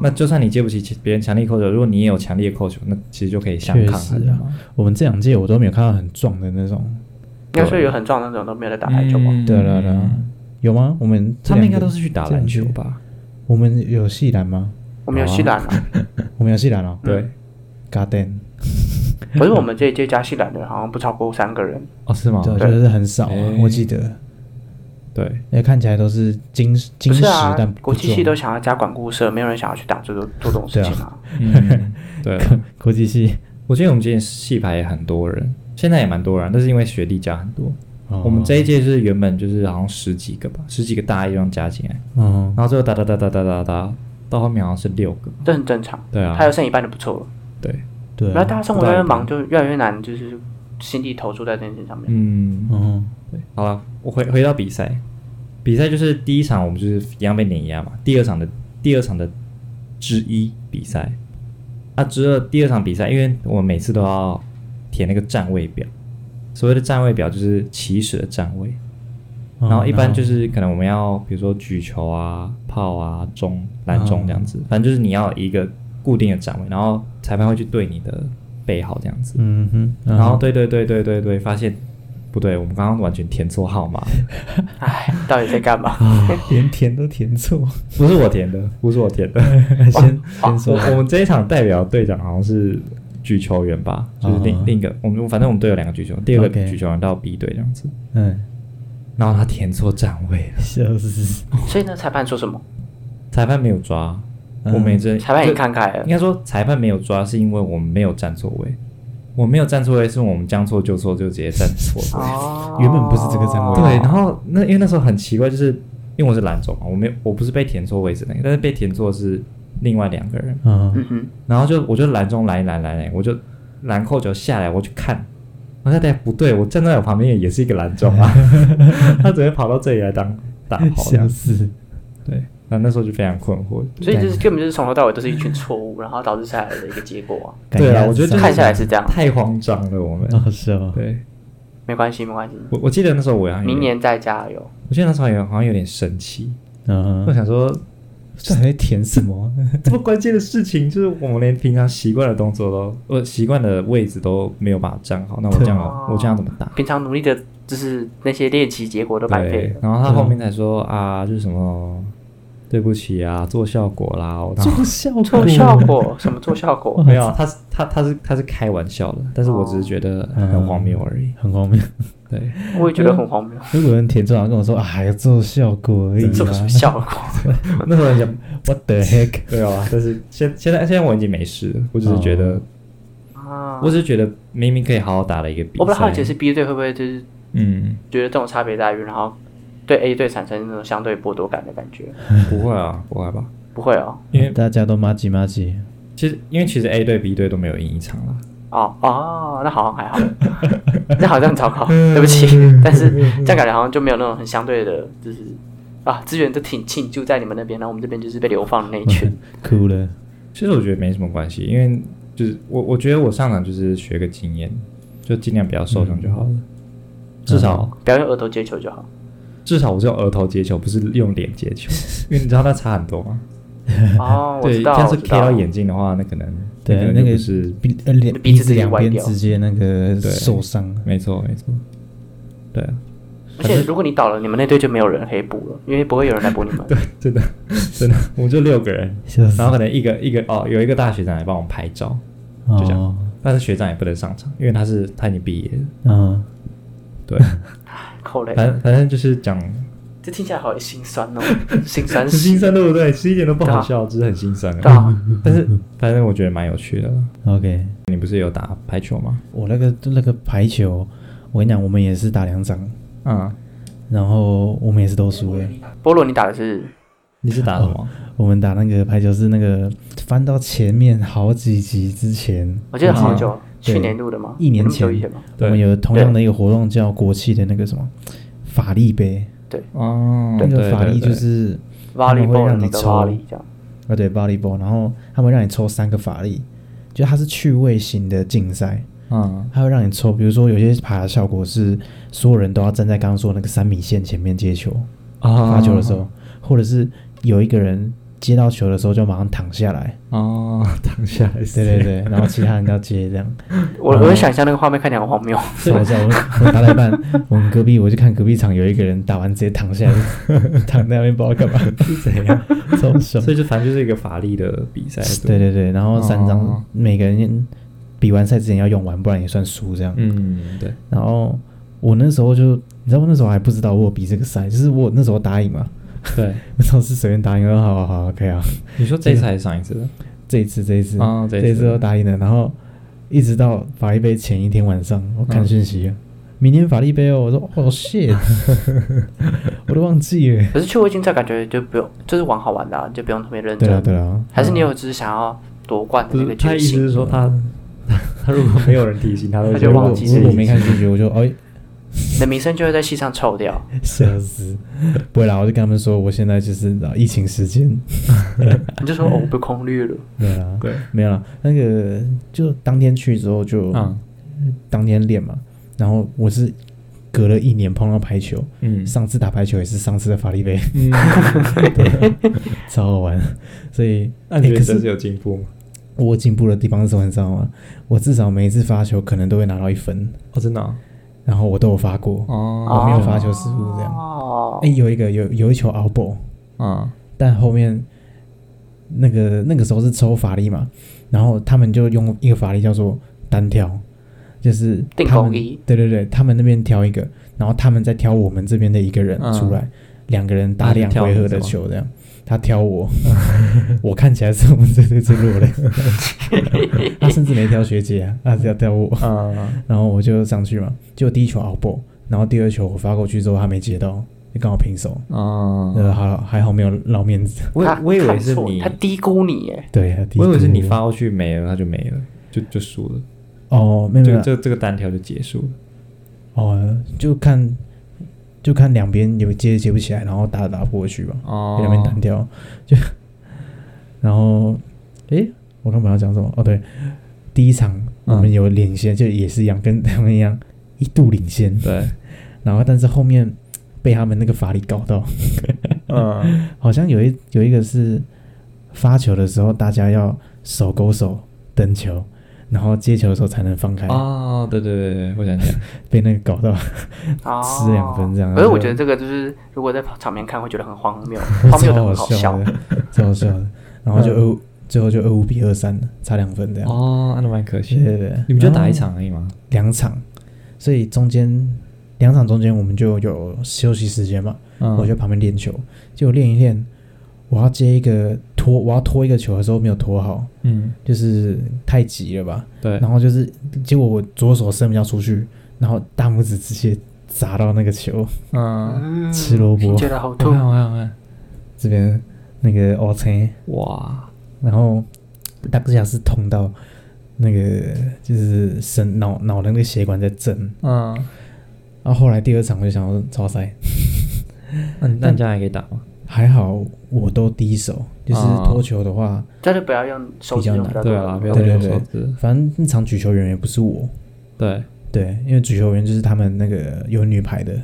Speaker 1: 那就算你接不起其别人强力扣球，如果你也有强力的扣球，那其实就可以相抗
Speaker 2: 确
Speaker 1: 衡
Speaker 2: 实
Speaker 1: 了
Speaker 2: 啊
Speaker 1: 嘛。
Speaker 2: 我们这两届我都没有看到很壮的那种，
Speaker 3: 应该说有很壮的那种都没有在打啊排球吧？
Speaker 1: 嗯
Speaker 2: 对了对了，有吗？我们这
Speaker 1: 他们
Speaker 2: 两
Speaker 1: 应该
Speaker 2: 个
Speaker 1: 都是去打篮球？吧？哦
Speaker 2: 我们有系篮吗？
Speaker 3: 我们有西兰啊，
Speaker 2: 我们有系篮哦，
Speaker 1: 对，
Speaker 2: ，Garden，
Speaker 3: 可是我们这一届加西兰的好像不超过三个人，
Speaker 1: 哦，是吗？
Speaker 2: 对，
Speaker 3: 对
Speaker 2: 就是很少啊
Speaker 1: 哎，
Speaker 2: 我记得，
Speaker 1: 对，
Speaker 2: 哎，看起来都是金金
Speaker 3: 不
Speaker 2: 石
Speaker 3: 是啊
Speaker 2: 但，不
Speaker 3: 国际系
Speaker 2: 重
Speaker 3: 都想要加管顾社，没有人想要去打这个做这种事情啊。
Speaker 1: 嗯， 对了。
Speaker 2: 国际系，
Speaker 1: 我记得我们之前戏排也很多人，现在也蛮多人，但是因为学弟加很多，
Speaker 2: 哦
Speaker 1: 我们这一届是原本就是好像十几个吧，十几个大一这样加进来，
Speaker 2: 嗯
Speaker 1: 然后最后打打打打打打打，到后面好像是六个吧，
Speaker 3: 这很正常。
Speaker 1: 对啊
Speaker 3: 还有剩一半就不错了。
Speaker 1: 对，
Speaker 2: 对
Speaker 3: 然后
Speaker 2: 啊，
Speaker 3: 大家生活越来越忙，就越来越难，就是心力投注在这件事情上面。
Speaker 1: 嗯，
Speaker 2: 嗯
Speaker 1: 对，好了，我回回到比赛，比赛就是第一场我们就是一样被碾压嘛，第二场的第二场的之一比赛，啊之二第二场比赛，因为我们每次都要填那个站位表，所谓的站位表就是起始的站位，
Speaker 2: 嗯
Speaker 1: 然后一般就是可能我们要比如说举球
Speaker 2: 嗯
Speaker 1: 啊、炮啊、中、篮中这样子，反正就是你要有一个固定的站位，然后裁判会去对你的背号这样子。
Speaker 2: 嗯哼，嗯
Speaker 1: 然后，对对对对对对，发现不对，我们刚刚完全填错号码了，
Speaker 3: 哎，到底在干嘛？
Speaker 2: 连填都填错，
Speaker 1: 不是我填的，不是我填的。
Speaker 2: 先先
Speaker 1: 我
Speaker 2: 说，
Speaker 1: 我们这一场代表队长好像是举球员吧，就是另、
Speaker 2: 啊
Speaker 1: 另一个，我们反正我们队有两个举球，第二个
Speaker 2: OK
Speaker 1: 举球员到 B 队这样子。
Speaker 2: 嗯，
Speaker 1: 然后他填错站位了，
Speaker 2: 笑死，
Speaker 3: 所以呢，裁判说什么？
Speaker 1: 裁判没有抓，
Speaker 2: 嗯
Speaker 1: 我们也真
Speaker 3: 裁判已
Speaker 1: 就
Speaker 3: 经看开了
Speaker 1: 应。该说裁判没有抓，是因为我们没有站错位。我没有站错位，是我们将错就错，就直接站错位。
Speaker 3: 哦
Speaker 2: 原本不是这个啊站位
Speaker 1: 对，然后那因为那时候很奇怪，就是因为我是蓝种嘛，我没有我不是被填错位置那个，但是被填错是另外两个人。
Speaker 2: 嗯
Speaker 3: 嗯哼，
Speaker 1: 然后就我就拦中拦拦拦拦，我就拦扣球下来，我去看，我在不对，我站在我旁边也是一个拦 中啊，他只会跑到这里来当打跑这
Speaker 2: 笑
Speaker 1: 样子。
Speaker 2: 死，
Speaker 1: 对，那那时候就非常困惑。
Speaker 3: 所以就是根本就是从头到尾都是一群错误，然后导致下来的一个结果啊。
Speaker 1: 对啊，我觉得
Speaker 2: 这
Speaker 1: 就是
Speaker 3: 看下来是这样
Speaker 1: 太慌张了，我们。
Speaker 2: 哦是哦，
Speaker 1: 对，
Speaker 3: 没关系，没关系，
Speaker 1: 我我记得那时候我好像有
Speaker 3: 明
Speaker 1: 点，
Speaker 3: 年再加油。
Speaker 1: 我记得那时候好像好像有点生气，
Speaker 2: 嗯
Speaker 1: 我，想说
Speaker 2: 这还在填什么？
Speaker 1: 这么关键的事情，就是我们连平常习惯的动作都，我习惯的位置都没有把它站好，那我这样
Speaker 3: 对
Speaker 1: 我这样怎么打？
Speaker 3: 平常努力的，就是那些练习结果都白费
Speaker 1: 对
Speaker 3: 了，。
Speaker 1: 然后他后面才说啊，就是什么对不起啊，做效果啦。我然后
Speaker 2: 做效果，
Speaker 3: 做效 果什么做效果？
Speaker 1: 没有，啊他是他他是他是开玩笑的，但是我只是觉得很荒谬而已。
Speaker 2: 很荒谬。
Speaker 1: 对，
Speaker 3: 我也觉得很荒谬，
Speaker 2: 如果有人填错，然后跟我说：“哎呀，做效果而已
Speaker 3: 这有什
Speaker 2: 啦
Speaker 3: 么 效果？
Speaker 1: 那时候很想
Speaker 2: ，What the heck？”
Speaker 1: 对啊，但是现现在现在我已经没事了，我只是觉得，
Speaker 3: 啊
Speaker 1: 我只是觉觉得明明可以好好打的一个比赛，
Speaker 3: 我不知道他解释 B 队会不会就是
Speaker 1: 嗯，
Speaker 3: 觉得这种差别待遇，然后对 A 队产生那种相对剥夺感的感觉？
Speaker 1: 不会啊，不会吧？
Speaker 3: 不会哦，
Speaker 1: 因为
Speaker 2: 大家都麻吉麻吉，
Speaker 1: 其实因为其实 A 队 B 队都没有赢一场了，
Speaker 3: 哦哦，那好 像还好，那好像很糟糕，
Speaker 1: 嗯
Speaker 3: 对不起。但是这样感觉好像就没有那种很相对的，就是啊，资源都挺庆就在你们那边，然后我们这边就是被流放的那一群。
Speaker 1: 嗯
Speaker 2: 嗯哭了。
Speaker 1: 其实我觉得没什么关系，因为就是我我觉得我上场就是学个经验，就尽量不要受伤就好了。
Speaker 2: 嗯
Speaker 1: 至少、
Speaker 3: 不要用额头接球 就好。
Speaker 1: 至少我是用额头接球，不是用脸接 球，因为你知道那差很多吗？
Speaker 3: 哦，我
Speaker 1: 对，
Speaker 3: 知道，
Speaker 1: 要
Speaker 3: 我
Speaker 1: 是
Speaker 3: 知
Speaker 1: K 到
Speaker 3: 道。
Speaker 1: 眼睛的话，那可能
Speaker 2: 对啊
Speaker 1: 可能
Speaker 2: 那
Speaker 1: 就
Speaker 2: 个
Speaker 1: 不是
Speaker 2: 鼻呃脸
Speaker 3: 鼻
Speaker 2: 鼻
Speaker 3: 子
Speaker 2: 子
Speaker 3: 直接
Speaker 2: 两
Speaker 3: 歪
Speaker 2: 边
Speaker 3: 掉
Speaker 2: 直接那个
Speaker 1: 对
Speaker 2: 受伤，
Speaker 1: 没错没错，对啊，
Speaker 3: 而且如果你倒了，你们那队就没有人可以补了，因为不会有人来补你们。
Speaker 1: 对，真的真的，我们就六个人，
Speaker 2: 笑死
Speaker 1: 然后可能一个一个哦，有一个大学长来帮我们拍照，就这样
Speaker 2: 哦，
Speaker 1: 但是学长也不能上场，因为他是他已经毕业了，
Speaker 2: 嗯，
Speaker 1: 对，
Speaker 3: 扣嘞，
Speaker 1: 反正反正就是讲
Speaker 3: 这听起来好心酸 哦，心酸
Speaker 1: 很
Speaker 3: 死
Speaker 1: 心酸，对不对？其实一点都不好
Speaker 3: 对啊
Speaker 1: 笑，只是很心酸而已。
Speaker 3: 对啊，
Speaker 1: 但是反正我觉得蛮有趣的。
Speaker 2: OK，
Speaker 1: 你不是有打排球吗？
Speaker 2: 我那个那个排球，我跟你讲，我们也是打两场，
Speaker 1: 嗯，
Speaker 2: 然后我们也是都输了。
Speaker 3: 菠萝，你打的是
Speaker 1: 你是打什么？
Speaker 2: 我们打那个排球是那个翻到前面好几集之前，
Speaker 3: 我记得好久，
Speaker 2: 对
Speaker 3: 去年录的吗？
Speaker 2: 一年
Speaker 3: 那么久
Speaker 2: 前
Speaker 3: 以前吗？
Speaker 2: 我
Speaker 1: 对
Speaker 2: 们有同样的一个活动叫国际的那个什么法力杯，
Speaker 1: 哦，
Speaker 2: 那个
Speaker 1: 对
Speaker 2: 法
Speaker 1: 对
Speaker 2: 力就
Speaker 1: 对
Speaker 2: 是
Speaker 3: 瓦
Speaker 2: 他
Speaker 3: 力
Speaker 2: 们会
Speaker 3: l
Speaker 2: 让
Speaker 3: 那
Speaker 2: 你
Speaker 3: 个
Speaker 2: 抽
Speaker 3: 瓦力这样。
Speaker 2: 啊，对，volleyball，然后他们让你抽三个法力，就它是趣味型的竞赛，
Speaker 1: 嗯
Speaker 2: 它会让你抽，比如说有些爬的效果是所有人都要站在刚刚说那个三米线前面接球，
Speaker 1: 啊
Speaker 2: 发球的时候，或者是有一个人接到球的时候就马上躺下来，
Speaker 1: 哦，躺下来是
Speaker 2: 对对对， 然后其他人要接这样。
Speaker 3: 我我就想象那个画面看起来很荒谬，
Speaker 2: 我知道，我我打到一半，我们隔壁我就看隔壁场有一个人打完直接躺下来，躺在那边不知道干嘛，是怎样，超爽。
Speaker 1: 所以就反正就是一个法力的比赛，
Speaker 2: 对
Speaker 1: 不，
Speaker 2: 对对，然后三张、
Speaker 1: 哦
Speaker 2: 每个人比完赛之前要用完，不然也算输这样。
Speaker 1: 嗯对，
Speaker 2: 然后我那时候就，你知道我那时候还不知道我有比这个赛，就是我那时候答应嘛，
Speaker 1: 对，
Speaker 2: 我当时随便答应，我说好好好，OK 啊，
Speaker 1: 你说这一次还是上一次的？
Speaker 2: 这一次这一次、
Speaker 1: 哦这一次
Speaker 2: 一次都答应了，然后一直到法力杯前一天晚上，
Speaker 1: 嗯
Speaker 2: 我看讯息了。明天法力杯哦，我说 哦 shit，我都忘记了。
Speaker 3: 可是趣味竞赛感觉就不用，就是玩好玩的啊，就不用特别认
Speaker 2: 对啊
Speaker 3: 真。
Speaker 2: 对啊，
Speaker 3: 还是你有只是想要夺冠的
Speaker 1: 不
Speaker 3: 那
Speaker 1: 是，
Speaker 3: 个
Speaker 1: 他
Speaker 3: 决
Speaker 1: 意思
Speaker 3: 心？
Speaker 1: 是说他 他如果没有人提醒 他，
Speaker 3: 他
Speaker 1: 会
Speaker 3: 就
Speaker 1: 觉得
Speaker 3: 忘
Speaker 1: 我
Speaker 3: 记
Speaker 2: 如
Speaker 3: 这
Speaker 2: 果
Speaker 3: 一
Speaker 2: 没看讯息，我就哎
Speaker 3: 你的名声就会在戏上臭 掉。
Speaker 2: 笑死！不会啦，我就跟他们说，我现在就是你知道疫情时间，
Speaker 3: 你就说哦，我被空绿了。
Speaker 2: 没有啦，
Speaker 1: 对，
Speaker 2: 没有啦。那个就当天去之后就、
Speaker 1: 嗯
Speaker 2: 当天练嘛，然后我是隔了一年碰到排球，
Speaker 1: 嗯
Speaker 2: 上次打排球也是上次的法力杯，
Speaker 1: 嗯，
Speaker 2: 对超好玩。所以
Speaker 1: 那你觉
Speaker 2: 欸
Speaker 1: 得
Speaker 2: 可
Speaker 1: 这
Speaker 2: 是
Speaker 1: 是有进步吗？
Speaker 2: 我进步的地方是什么，你知道吗？我至少每一次发球可能都会拿到一分，
Speaker 1: 哦，真的啊
Speaker 2: 然后我都有发过，
Speaker 1: 哦
Speaker 2: 我没有发球失误这样。
Speaker 3: 哦
Speaker 2: 哎、，有一个有有一球 out ball，
Speaker 1: 啊
Speaker 2: 但后面那个那个时候是抽法力嘛，然后他们就用一个法力叫做单挑，就是
Speaker 3: 定
Speaker 2: 他
Speaker 3: 攻
Speaker 2: 们
Speaker 3: 一
Speaker 2: 对对对，他们那边挑一个，然后他们再挑我们这边的一个人
Speaker 1: 嗯
Speaker 2: 出来，两个人打
Speaker 1: 他是
Speaker 2: 两
Speaker 1: 挑
Speaker 2: 回
Speaker 1: 你
Speaker 2: 合
Speaker 1: 是
Speaker 2: 的
Speaker 1: 吗
Speaker 2: 球这样。他挑我， 我看起来是我们这队最弱 的，他甚至没挑学姐啊，他只要挑我。
Speaker 1: 啊
Speaker 2: 然后我就上去嘛，就第一球 out ball，然后第二球我发过去之后他没接到，就刚好平手。
Speaker 1: 啊！
Speaker 2: 呃，好还好没有捞面子，
Speaker 1: 我
Speaker 3: 他
Speaker 1: 我以为
Speaker 3: 看
Speaker 1: 是
Speaker 3: 错
Speaker 1: 你
Speaker 3: 他，低估你耶，
Speaker 2: 对，他第一
Speaker 1: 我以为是
Speaker 2: 度
Speaker 1: 你发过去没了，他就没了，就就输了，
Speaker 2: 哦，没有
Speaker 1: 这
Speaker 2: 没有
Speaker 1: 个这个这个单挑就结束了。
Speaker 2: 哦，就看就看两边有接接不起来，然后打打不过去吧，
Speaker 1: 哦
Speaker 2: 被两边单挑就，然后诶，我刚本来要讲什么？哦，对，第一场我们
Speaker 1: 嗯
Speaker 2: 有领先，就也是一样，跟他们一样一度领先，
Speaker 1: 对，
Speaker 2: 然后但是后面被他们那个法力搞到，
Speaker 1: 嗯，
Speaker 2: 好像有一有一个是发球的时候大家要手勾手蹬球。然后接球的时候才能放开，
Speaker 1: 哦，对对对对，我想起来，
Speaker 2: 被那个搞到，
Speaker 3: 哦，
Speaker 2: 吃两分这样
Speaker 3: 可是我
Speaker 2: 就
Speaker 3: 觉得这个就是，如果在场面看，会觉得很荒 谬，荒谬的
Speaker 2: 超
Speaker 3: 很好
Speaker 2: 好笑的，超好笑的。然后就二五，最后就二五比二三了，差两分这
Speaker 1: 嗯
Speaker 2: 样。
Speaker 1: 哦，那蛮可
Speaker 2: 对
Speaker 1: 惜。
Speaker 2: 对对，
Speaker 1: 你们就
Speaker 2: 然后
Speaker 1: 打一场而已吗？
Speaker 2: 两场，所以中间两场中间我们就有休息时间嘛，
Speaker 1: 嗯
Speaker 2: 我就旁边练球，结果练一练，我要接一个拖，我要拖一个球的时候没有拖好，
Speaker 1: 嗯，
Speaker 2: 就是太急了吧，
Speaker 1: 对，
Speaker 2: 然后就是结果我左手伸不要出去，然后大拇指直接砸到那个球
Speaker 1: 嗯，
Speaker 3: 嗯，
Speaker 2: 吃萝卜
Speaker 3: 觉得好
Speaker 1: 我
Speaker 3: 痛
Speaker 1: 看我看我看，
Speaker 2: 这边那个 O 青。
Speaker 1: 哇，
Speaker 2: 然后当下是痛到那个就是神脑脑的那个血管在震，
Speaker 1: 嗯，
Speaker 2: 然后后来第二场我就想要超塞，
Speaker 1: 那你那你这样还可以打吗？
Speaker 2: 还好我都低手，就是
Speaker 1: 啊
Speaker 2: 脱球的话，
Speaker 3: 但是不要用手指
Speaker 2: 比较
Speaker 3: 用
Speaker 2: 难
Speaker 3: 比较多
Speaker 1: 对
Speaker 3: 的
Speaker 1: 啊，
Speaker 3: 力
Speaker 1: 不要
Speaker 2: 对对
Speaker 1: 用
Speaker 2: 对
Speaker 1: 手指，
Speaker 2: 反正那场举球员也不是我，
Speaker 1: 对，
Speaker 2: 对，因为举球员就是他们那个有女排的，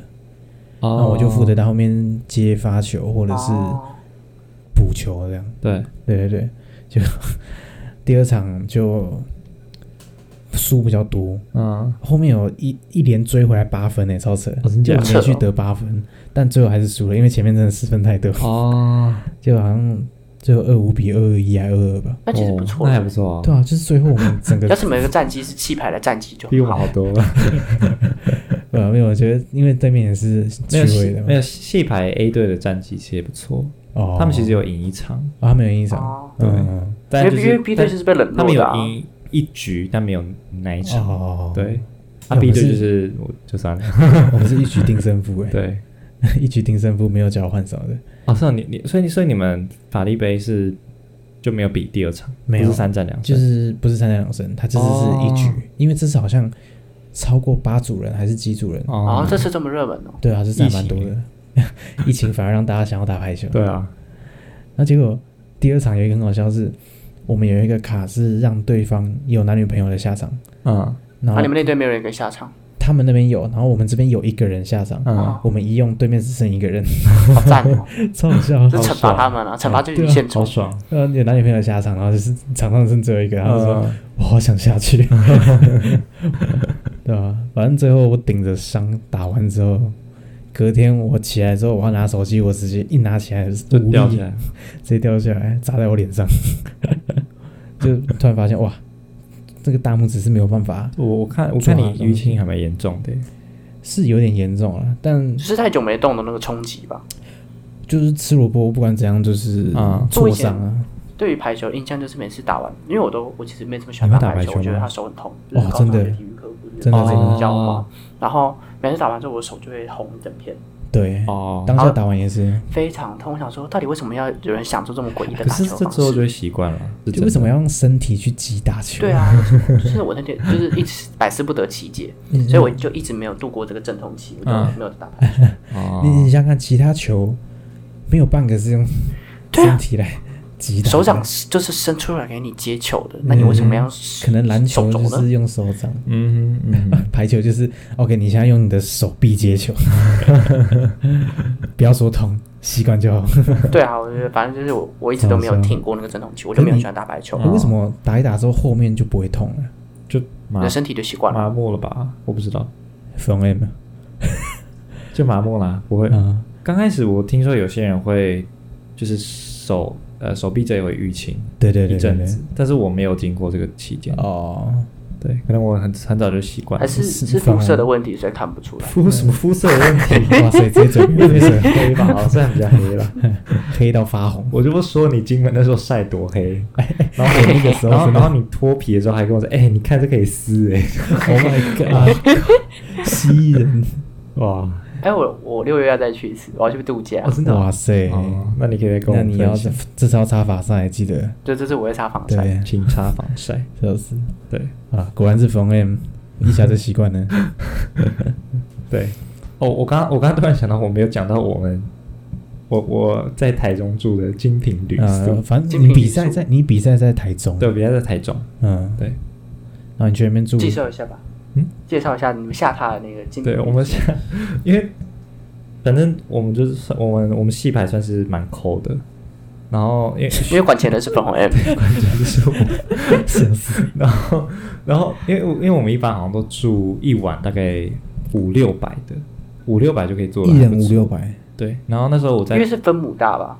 Speaker 2: 那、
Speaker 1: 哦，
Speaker 2: 我就负责在后面接发球或者是
Speaker 3: 哦
Speaker 2: 补球这样，
Speaker 1: 对，
Speaker 2: 对对对，就 第二场就输比较多，
Speaker 1: 嗯，
Speaker 2: 后面有一一连追回来八分诶、超扯！
Speaker 1: 哦真假
Speaker 2: 就连续
Speaker 3: 扯哦
Speaker 2: 得八分，但最后还是输了，因为前面真的失分太多，
Speaker 1: 哦，
Speaker 2: 就好像最后二五比二二一还二二吧。
Speaker 3: 那其实不
Speaker 1: 哦
Speaker 3: 错
Speaker 1: 那还
Speaker 3: 的
Speaker 1: 不。错啊，
Speaker 2: 对啊，就是最后我们 整个
Speaker 3: 要是每个战绩是气派的战绩就
Speaker 1: 比我们
Speaker 3: 好哦
Speaker 1: 好。多了。
Speaker 2: 呃没有，我觉得因为对面也是
Speaker 1: 没
Speaker 2: 虚
Speaker 1: 有
Speaker 2: 伪
Speaker 1: 戏
Speaker 2: 的嘛
Speaker 1: 没，有戏牌 A 队的战绩其实也不错，
Speaker 2: 哦，
Speaker 1: 他们其实有赢一场，
Speaker 2: 哦他们有印象，
Speaker 3: 哦
Speaker 1: 对
Speaker 2: 嗯，
Speaker 1: 但
Speaker 3: 因
Speaker 1: 就
Speaker 3: 为因为
Speaker 1: 是
Speaker 3: B 队就是被冷
Speaker 1: 他们
Speaker 3: 落
Speaker 1: 有
Speaker 3: 的啊，
Speaker 1: 赢一局，但没有赢那一
Speaker 2: 哦
Speaker 1: 场。
Speaker 2: 哦，哦，
Speaker 1: 对，
Speaker 2: 那
Speaker 1: 啊 B
Speaker 2: 我
Speaker 1: 队
Speaker 2: 是
Speaker 1: 就是我就算了。
Speaker 2: 我们是一局定胜负哎，
Speaker 1: 对，
Speaker 2: 一局定胜负没有交换手的，
Speaker 1: 哦，是啊你你所以你所以你们法力杯是就没有比第二场，
Speaker 2: 没有
Speaker 1: 不是三战两胜，
Speaker 2: 就是不是三战两胜，他这次是一
Speaker 1: 哦
Speaker 2: 局，因为这次好像超过八组人还是几组人，
Speaker 3: 哦
Speaker 1: 哦，，
Speaker 3: 这次这么热门哦，
Speaker 2: 对啊，这次还蛮
Speaker 1: 疫
Speaker 2: 多
Speaker 1: 情
Speaker 2: 的， 疫情反而让大家想要打排球，
Speaker 1: 对啊，
Speaker 2: 那结果第二场有一个很好笑是，我们有一个卡是让对方有男女朋友的下场，
Speaker 1: 嗯
Speaker 2: 然
Speaker 3: 啊，
Speaker 2: 后
Speaker 3: 你们那队没有人给下场，
Speaker 2: 他们那边有，然后我们这边有一个人下场，
Speaker 1: 嗯，
Speaker 2: 我们一用对面只剩一个人，
Speaker 3: 好赞哦！
Speaker 2: 超好笑
Speaker 3: 这。惩罚他们啊，惩罚就是你现
Speaker 1: 好
Speaker 3: 充。
Speaker 1: 爽，
Speaker 2: 呃，有男女朋友下场，然后就是场上剩最后一个，然后就说：“
Speaker 1: 嗯
Speaker 2: 我好想下去。” 对啊，反正最后我顶着伤打完之后，隔天我起来之后，我要拿手机，我直接一拿起来就是
Speaker 1: 就
Speaker 2: 无力
Speaker 1: 掉下来，
Speaker 2: 直接掉下来，砸在我脸上， 就突然发现哇，这个大拇指是没有办法，
Speaker 1: 我我看我看
Speaker 2: 抓
Speaker 1: 你
Speaker 2: 到
Speaker 1: 淤青还蛮严重的，
Speaker 2: 是有点严重了，但
Speaker 3: 就是太久没动的那个冲击吧。
Speaker 2: 就是吃萝卜不管怎样就是
Speaker 1: 啊
Speaker 2: 挫伤啊，
Speaker 3: 对于排球印象就是每次打完，因为我都我其实没怎么喜欢
Speaker 2: 你
Speaker 3: 打
Speaker 2: 会打
Speaker 3: 排
Speaker 2: 排
Speaker 3: 球，
Speaker 2: 球
Speaker 3: 我觉得
Speaker 2: 吗
Speaker 3: 他手很痛，就
Speaker 2: 哇
Speaker 3: 是高
Speaker 2: 真
Speaker 3: 中
Speaker 2: 的
Speaker 3: 的体育课不是
Speaker 2: 真的
Speaker 3: 高中
Speaker 2: 真的
Speaker 3: 教嘛
Speaker 1: 哦，
Speaker 3: 然后每次打完之后我手就会红一整片，
Speaker 2: 对，
Speaker 1: 哦，
Speaker 2: 当
Speaker 3: 好
Speaker 2: 下打完也是，
Speaker 3: 非常痛。我想说，到底为什么要有人想出这么诡异的
Speaker 1: 可
Speaker 3: 打
Speaker 1: 是
Speaker 3: 球
Speaker 1: 这
Speaker 3: 方
Speaker 1: 之后就
Speaker 3: 式？
Speaker 1: 会习惯了，是
Speaker 2: 就为
Speaker 1: 真
Speaker 2: 什
Speaker 1: 的
Speaker 2: 么要用身体去击打球？
Speaker 3: 对，啊，就是我那天就是一直百思不得其解，所以我就一直没有度过这个阵痛期，我就
Speaker 1: 嗯
Speaker 3: 没有打排球。
Speaker 1: 哦
Speaker 2: 你你想想看，其他球没有半个是 用
Speaker 3: 对啊
Speaker 2: 身体来击打的，
Speaker 3: 手掌是就是伸出来给你接球的，那你为什么要
Speaker 2: 嗯可能篮球
Speaker 3: 手肘
Speaker 2: 就
Speaker 3: 呢
Speaker 2: 是用手掌，
Speaker 1: 嗯哼嗯哼
Speaker 2: 排球就是 OK，你现在用你的手臂接球，不要说痛，习惯就好。
Speaker 3: 对啊，我觉得反正就是我我一直都没有
Speaker 2: 啊
Speaker 3: 挺过那个阵痛期，我就没有很喜欢打排球
Speaker 1: 嗯，
Speaker 2: 为什么打一打之后后面就不会痛了
Speaker 1: 就麻
Speaker 3: 那身体就习
Speaker 2: 啊
Speaker 3: 惯了。
Speaker 1: 麻木了吧？我不知道，
Speaker 2: ？From M
Speaker 1: 就麻木啦，不会。
Speaker 2: 啊，
Speaker 1: 刚开始我听说有些人会就是手呃手臂这里会淤青
Speaker 2: 对对
Speaker 1: 一
Speaker 2: 对对
Speaker 1: 阵
Speaker 2: 对
Speaker 1: 子，，但是我没有经过这个期间，
Speaker 2: 哦，
Speaker 1: 对，可能我很很早就习惯
Speaker 3: 还
Speaker 1: 了。
Speaker 3: 是
Speaker 2: 是
Speaker 3: 是肤色的问题，所以看不出来。
Speaker 1: 肤什么肤色的问题？
Speaker 2: 哇塞，直接嘴变 成
Speaker 1: 黑吧，好像比较黑了。
Speaker 2: 黑到发红。
Speaker 1: 我就 不说你金门那时候晒多 黑，然后
Speaker 2: 我那个时候
Speaker 1: 然后
Speaker 2: 真的
Speaker 1: 然后你脱皮的时候还跟我说，哎、你看这可以 撕哎、啊
Speaker 2: ，Oh my God，蜥蜴人，
Speaker 1: 哇，
Speaker 3: 哎，我我六月要再去一次，我要去度假
Speaker 1: 哦，，真的啊、
Speaker 2: 哇塞！
Speaker 1: 哦，那你可以再跟我
Speaker 2: 那
Speaker 1: 们
Speaker 2: 你要
Speaker 1: 分
Speaker 2: 是
Speaker 1: 享，
Speaker 2: 至少擦法上还记得，
Speaker 3: 就这次我会擦防晒。
Speaker 2: 对，
Speaker 1: 请擦防晒，
Speaker 2: 就是
Speaker 1: 对
Speaker 2: 啊，果然是冯 M，一下就习 惯了。啊
Speaker 1: 对。哦，我刚我刚刚突然想到，我没有讲到我们，我我在台中住的精品旅宿，
Speaker 2: 呃，反正
Speaker 3: 精品
Speaker 2: 你比
Speaker 3: 旅
Speaker 2: 赛
Speaker 3: 宿
Speaker 2: 在你比赛在台中，
Speaker 1: 对，，我别在台中，
Speaker 2: 嗯，
Speaker 1: 对
Speaker 2: 然后你去那边住，
Speaker 3: 介绍一下吧，
Speaker 1: 嗯，
Speaker 3: 介绍一下你们下榻的那个经
Speaker 1: 对，我们现在因为反正我们就是算我们我们戏牌算是蛮抠的，然后因为
Speaker 3: 因为管钱的是粉红 M，
Speaker 1: 就是我， 然后然后因为因为我们一般好像都住一晚大概五六百的，五六百就可以做了，
Speaker 2: 一人
Speaker 1: 还不
Speaker 2: 五
Speaker 1: 错
Speaker 2: 六百，
Speaker 1: 对。然后那时候我
Speaker 3: 因为
Speaker 1: 在
Speaker 3: 是分母大吧？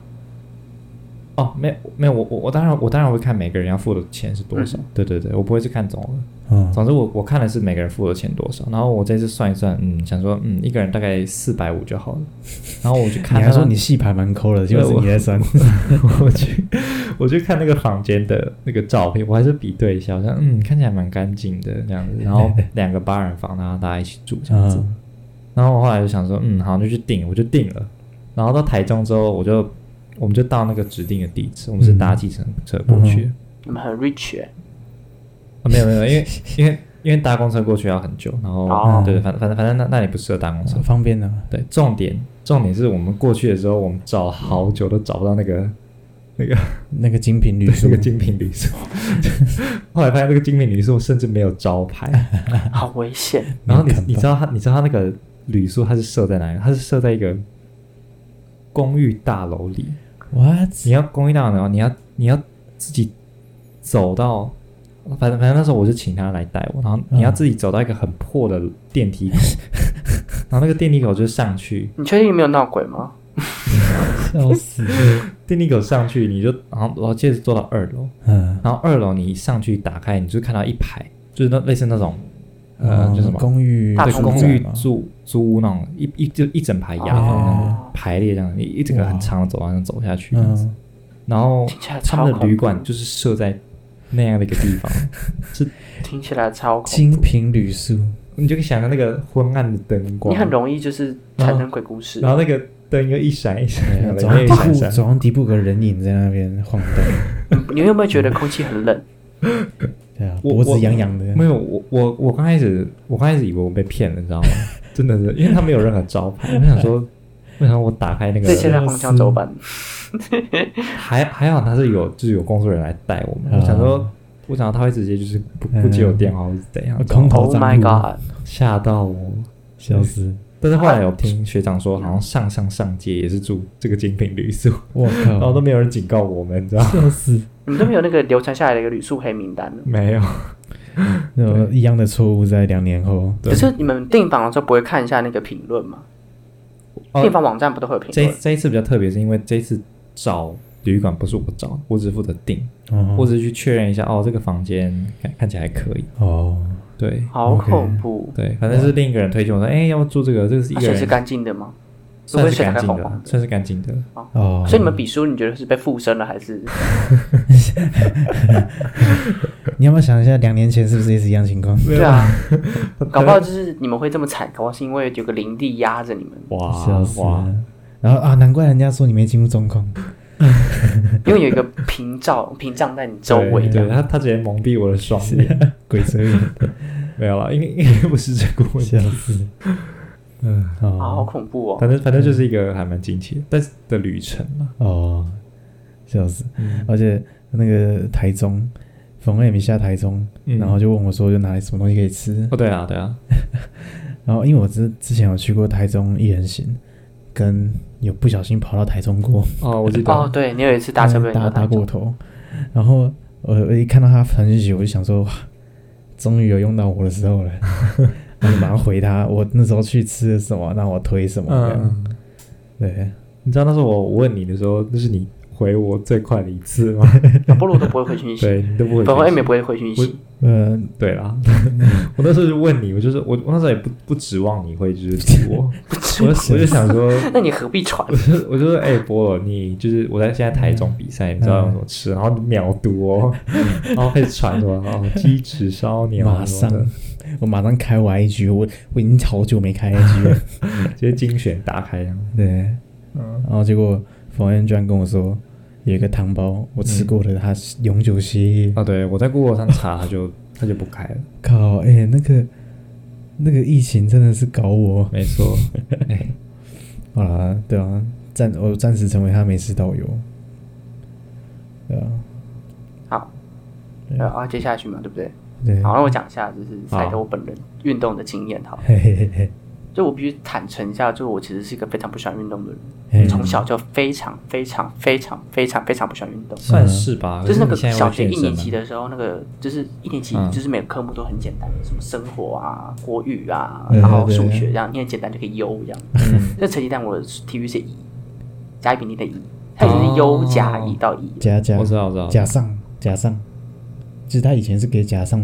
Speaker 1: 哦，没有没有，我我我当然我当然会看每个人要付的钱是多少，对对对，我不会去看总额。
Speaker 2: 嗯，
Speaker 1: 总之我我看的是每个人付的钱多少，然后我这次算一算，嗯，想说嗯一个人大概四百五就好了，然后我去
Speaker 2: 你
Speaker 1: 看他，
Speaker 2: 还说你戏牌蛮抠的，就是你在算，
Speaker 1: 我去，我去看那个房间的那个照片，我还是比对一下，好像嗯，看起来蛮干净的这样子。然 后两个八人房，然后大家一起住这样子。
Speaker 2: 嗯，
Speaker 1: 然后我后来就想说，嗯，好，那就去订，我就订了。然后到台中之后，我就我们就到那个指定的地址，我们是搭计程车过去。
Speaker 2: 嗯
Speaker 3: 你们很 rich 哎、
Speaker 1: 啊，没有没有，因为因为因为搭公车过去要很久，然后、
Speaker 3: 哦
Speaker 1: 对，反反正反正那那里不适合搭公车
Speaker 2: 很。方便的，
Speaker 1: 对，重点重点是我们过去的时候，我们找好久都找不到那个那个。
Speaker 2: 那个精品旅
Speaker 1: 对，
Speaker 2: 宿
Speaker 1: 那个，精品旅宿。 后来发现这个精品旅宿甚至没有招牌，
Speaker 2: 嗯
Speaker 3: 好危险！
Speaker 1: 然后
Speaker 2: 没
Speaker 1: 哎你你
Speaker 2: 有看
Speaker 1: 知道他你知道他那个旅宿它是设在哪里？它是设在一个公寓大楼里。
Speaker 2: what？
Speaker 1: 你要公寓大楼，你要你要自己走到，反正反正那时候我是请他来带我，然后你要自己走到一个很破的电 梯口，然后那个电梯口就上去，
Speaker 3: 你确定没有闹鬼吗？
Speaker 2: 笑死，
Speaker 1: 电梯口上去你就然后我接着坐到二楼，
Speaker 2: 嗯，
Speaker 1: 然后二楼你一上去打开，你就看到一排，就是那类似那种，呃，
Speaker 2: 嗯
Speaker 1: 就什么
Speaker 2: 公寓
Speaker 3: 大
Speaker 1: 对
Speaker 3: 同
Speaker 1: 公
Speaker 3: 宅
Speaker 1: 寓
Speaker 2: 嘛
Speaker 1: 住租屋那种，一一就一整排雅房、
Speaker 2: 哦
Speaker 1: 排列这样，一一整个
Speaker 2: 哇
Speaker 1: 很长的走廊走下去这样子。
Speaker 2: 嗯，
Speaker 1: 然后
Speaker 3: 听起来
Speaker 1: 他
Speaker 3: 超
Speaker 1: 们
Speaker 3: 恐
Speaker 1: 的
Speaker 3: 怖，
Speaker 1: 旅馆就是设在那样的一个地 方，
Speaker 3: 听起来超恐
Speaker 2: 精品旅宿，
Speaker 1: 你就可以想象那个昏暗的灯
Speaker 3: 怖，
Speaker 1: 光，
Speaker 3: 你很容易就是产生鬼故事。
Speaker 1: 然后那个灯又一闪一 闪，
Speaker 2: 对
Speaker 1: 然
Speaker 2: 走
Speaker 1: 后
Speaker 2: 廊
Speaker 1: 一
Speaker 2: 底
Speaker 1: 闪一
Speaker 2: 部
Speaker 1: 闪。
Speaker 2: 走廊底部有个人影在那边晃 动，
Speaker 3: 你你有没有觉得空气很冷？
Speaker 2: 对啊，
Speaker 1: 我我
Speaker 2: 脖子痒痒的，
Speaker 1: 没有，我我我刚开始我刚开始以为我被骗了，你知道吗？真的是，因为他没有任何招牌，我想说，为什么我打开那个
Speaker 3: 这现在荒腔走板，
Speaker 1: 还还好他是有就是有工作人员来带我们，
Speaker 2: 啊嗯
Speaker 1: 我想说，我想到他会直接就是不不接我电话或是怎样，
Speaker 2: 空头
Speaker 3: Oh
Speaker 2: 账
Speaker 3: my
Speaker 2: 户
Speaker 3: god！
Speaker 1: 吓到我。
Speaker 2: 笑死，
Speaker 1: 但是后来有听学长说，好像上上上届也是住这个精品旅宿，
Speaker 2: 我
Speaker 1: 然后都
Speaker 2: 靠，
Speaker 1: 没有人警告我们，你知道吗？
Speaker 2: 嗯笑死，
Speaker 3: 你们都没有那个流传下来的一个旅宿黑名单了。
Speaker 1: 没 有，
Speaker 2: 那种一样的错误在两年后，
Speaker 1: 对
Speaker 3: 可是你们订房的时候不会看一下那个评论吗？
Speaker 1: 哦
Speaker 3: 订房网站不都会有评
Speaker 1: 这
Speaker 3: 论？
Speaker 1: 这一次比较特别，是因为这一次找旅馆不是我找，我只负责订，
Speaker 2: 哦
Speaker 1: 我只是去确认一下，哦，这个房间看看起来还可以，
Speaker 2: 哦，
Speaker 1: 对
Speaker 3: 好恐怖！
Speaker 1: 对，反正是另一个人推荐我说，哎，要不住这个，这个是一
Speaker 3: 而
Speaker 1: 个
Speaker 3: 且是
Speaker 1: 人，
Speaker 3: 干净的吗？
Speaker 1: 啊算是
Speaker 3: 会不会
Speaker 1: 干净
Speaker 3: 水
Speaker 1: 的，算是干净的，
Speaker 2: 哦，
Speaker 3: 所以你们比输，你觉得是被附身了还是？
Speaker 2: 你要不要想一下，两年前是不是也是一样情况？
Speaker 1: 对
Speaker 3: 对啊，搞不好就是你们会这么惨，搞不好是因为有个灵力压着你们，
Speaker 1: 哇
Speaker 2: 笑死
Speaker 1: 哇，
Speaker 2: 了！然后啊，难怪人家说你没进入状况，
Speaker 3: 因为有一个屏障屏障在你周围
Speaker 1: 对
Speaker 3: 这
Speaker 1: 对他
Speaker 3: 样。
Speaker 1: 他直接蒙蔽我的双眼，
Speaker 2: 鬼遮眼，
Speaker 1: 没有了，应该应该不是这个问 题
Speaker 2: 笑， 死！嗯，
Speaker 3: 啊，好
Speaker 2: 哦
Speaker 3: 恐怖哦！
Speaker 1: 反正反正就是一个还蛮惊奇的，但是的旅程嘛，
Speaker 2: 哦，笑死！
Speaker 1: 嗯
Speaker 2: 而且那个台中，冯瑞米下台中，
Speaker 1: 嗯
Speaker 2: 然后就问我说，就哪里什么东西可以
Speaker 3: 嗯
Speaker 2: 吃？
Speaker 1: 哦对啊对啊，
Speaker 2: 然后因为我之之前有去过台中一人行，跟有不小心跑到台中过，
Speaker 1: 哦，我记得，
Speaker 3: 哦，对你有一次搭车被人
Speaker 2: 嗯打
Speaker 3: 家
Speaker 2: 打
Speaker 3: 拿
Speaker 2: 过
Speaker 3: 走，
Speaker 2: 头，然后我我一看到他传讯息，我就想说，哇，终于有用到我的时候了， 然后就马上回他，我那时候去吃了什么，让我推什么这样，
Speaker 1: 嗯，
Speaker 2: 对，
Speaker 1: 你知道那时候我问你的时候，那是你回我最快的一次 吗？
Speaker 3: 啊菠萝都不会回讯息，
Speaker 1: 对，你都不会。
Speaker 3: 本后 M 也不会回讯息，
Speaker 2: 呃，
Speaker 1: 对啦， 我那时候就问你，我就是我，我那时候也不不指望你会就是理我， 我就我就想说，
Speaker 3: 那你何必传
Speaker 1: 我？就 我就说，哎、波尔，你就是我在现在台中比赛，你知道有什么吃，然后你秒读哦， 然后开始传什么哦，鸡 翅烧鸟，
Speaker 2: 马
Speaker 1: 什
Speaker 2: 上
Speaker 1: 么的
Speaker 2: 我马上开我 IG，我我已经好久没开 IG 了，
Speaker 1: 直接精选打开这样，
Speaker 2: 对，
Speaker 1: 嗯，
Speaker 2: 然后结果冯燕居然跟我说。有一个汤包，
Speaker 1: 嗯
Speaker 2: 我吃过的，它是永久协议。
Speaker 1: 啊，对我在 Google 上查，它 就它就不开了，
Speaker 2: 靠，哎、那个那个疫情真的是搞我。
Speaker 1: 没 错， 哎，
Speaker 2: 好啦，对啊，暂我暂时成为他美食导游。对啊，
Speaker 3: 好，
Speaker 2: 对
Speaker 3: 呃啊，接下去嘛，对不对？
Speaker 2: 对，
Speaker 3: 好，那我讲一下，就是赛
Speaker 1: 好
Speaker 3: 德我本人运动的经验，好了，
Speaker 2: 嘿嘿嘿嘿
Speaker 3: 就我必须坦诚一下，就我其实是一个非常不喜欢运动的人，
Speaker 2: 嘿，
Speaker 3: 从小就非常非常非常非常非常不喜欢运动。
Speaker 1: 算是吧，
Speaker 3: 就是那
Speaker 1: 可
Speaker 3: 个
Speaker 1: 你现在
Speaker 3: 小
Speaker 1: 有
Speaker 3: 学
Speaker 1: 健
Speaker 3: 一
Speaker 1: 身
Speaker 3: 年
Speaker 1: 吗
Speaker 3: 级的时候，那个就是一年级
Speaker 1: 嗯，
Speaker 3: 就是每个科目都很简单，什么生活啊、国语啊，
Speaker 2: 对
Speaker 3: 然后
Speaker 2: 对对
Speaker 3: 数学这样，你很简单就可以优这样。
Speaker 1: 嗯
Speaker 3: 那成绩单我的体育是一，甲乙丙丁的乙，它也是优甲乙到乙。
Speaker 2: 加加
Speaker 1: 我知道我知嗯道
Speaker 2: 加上加上，其实他以前是给加上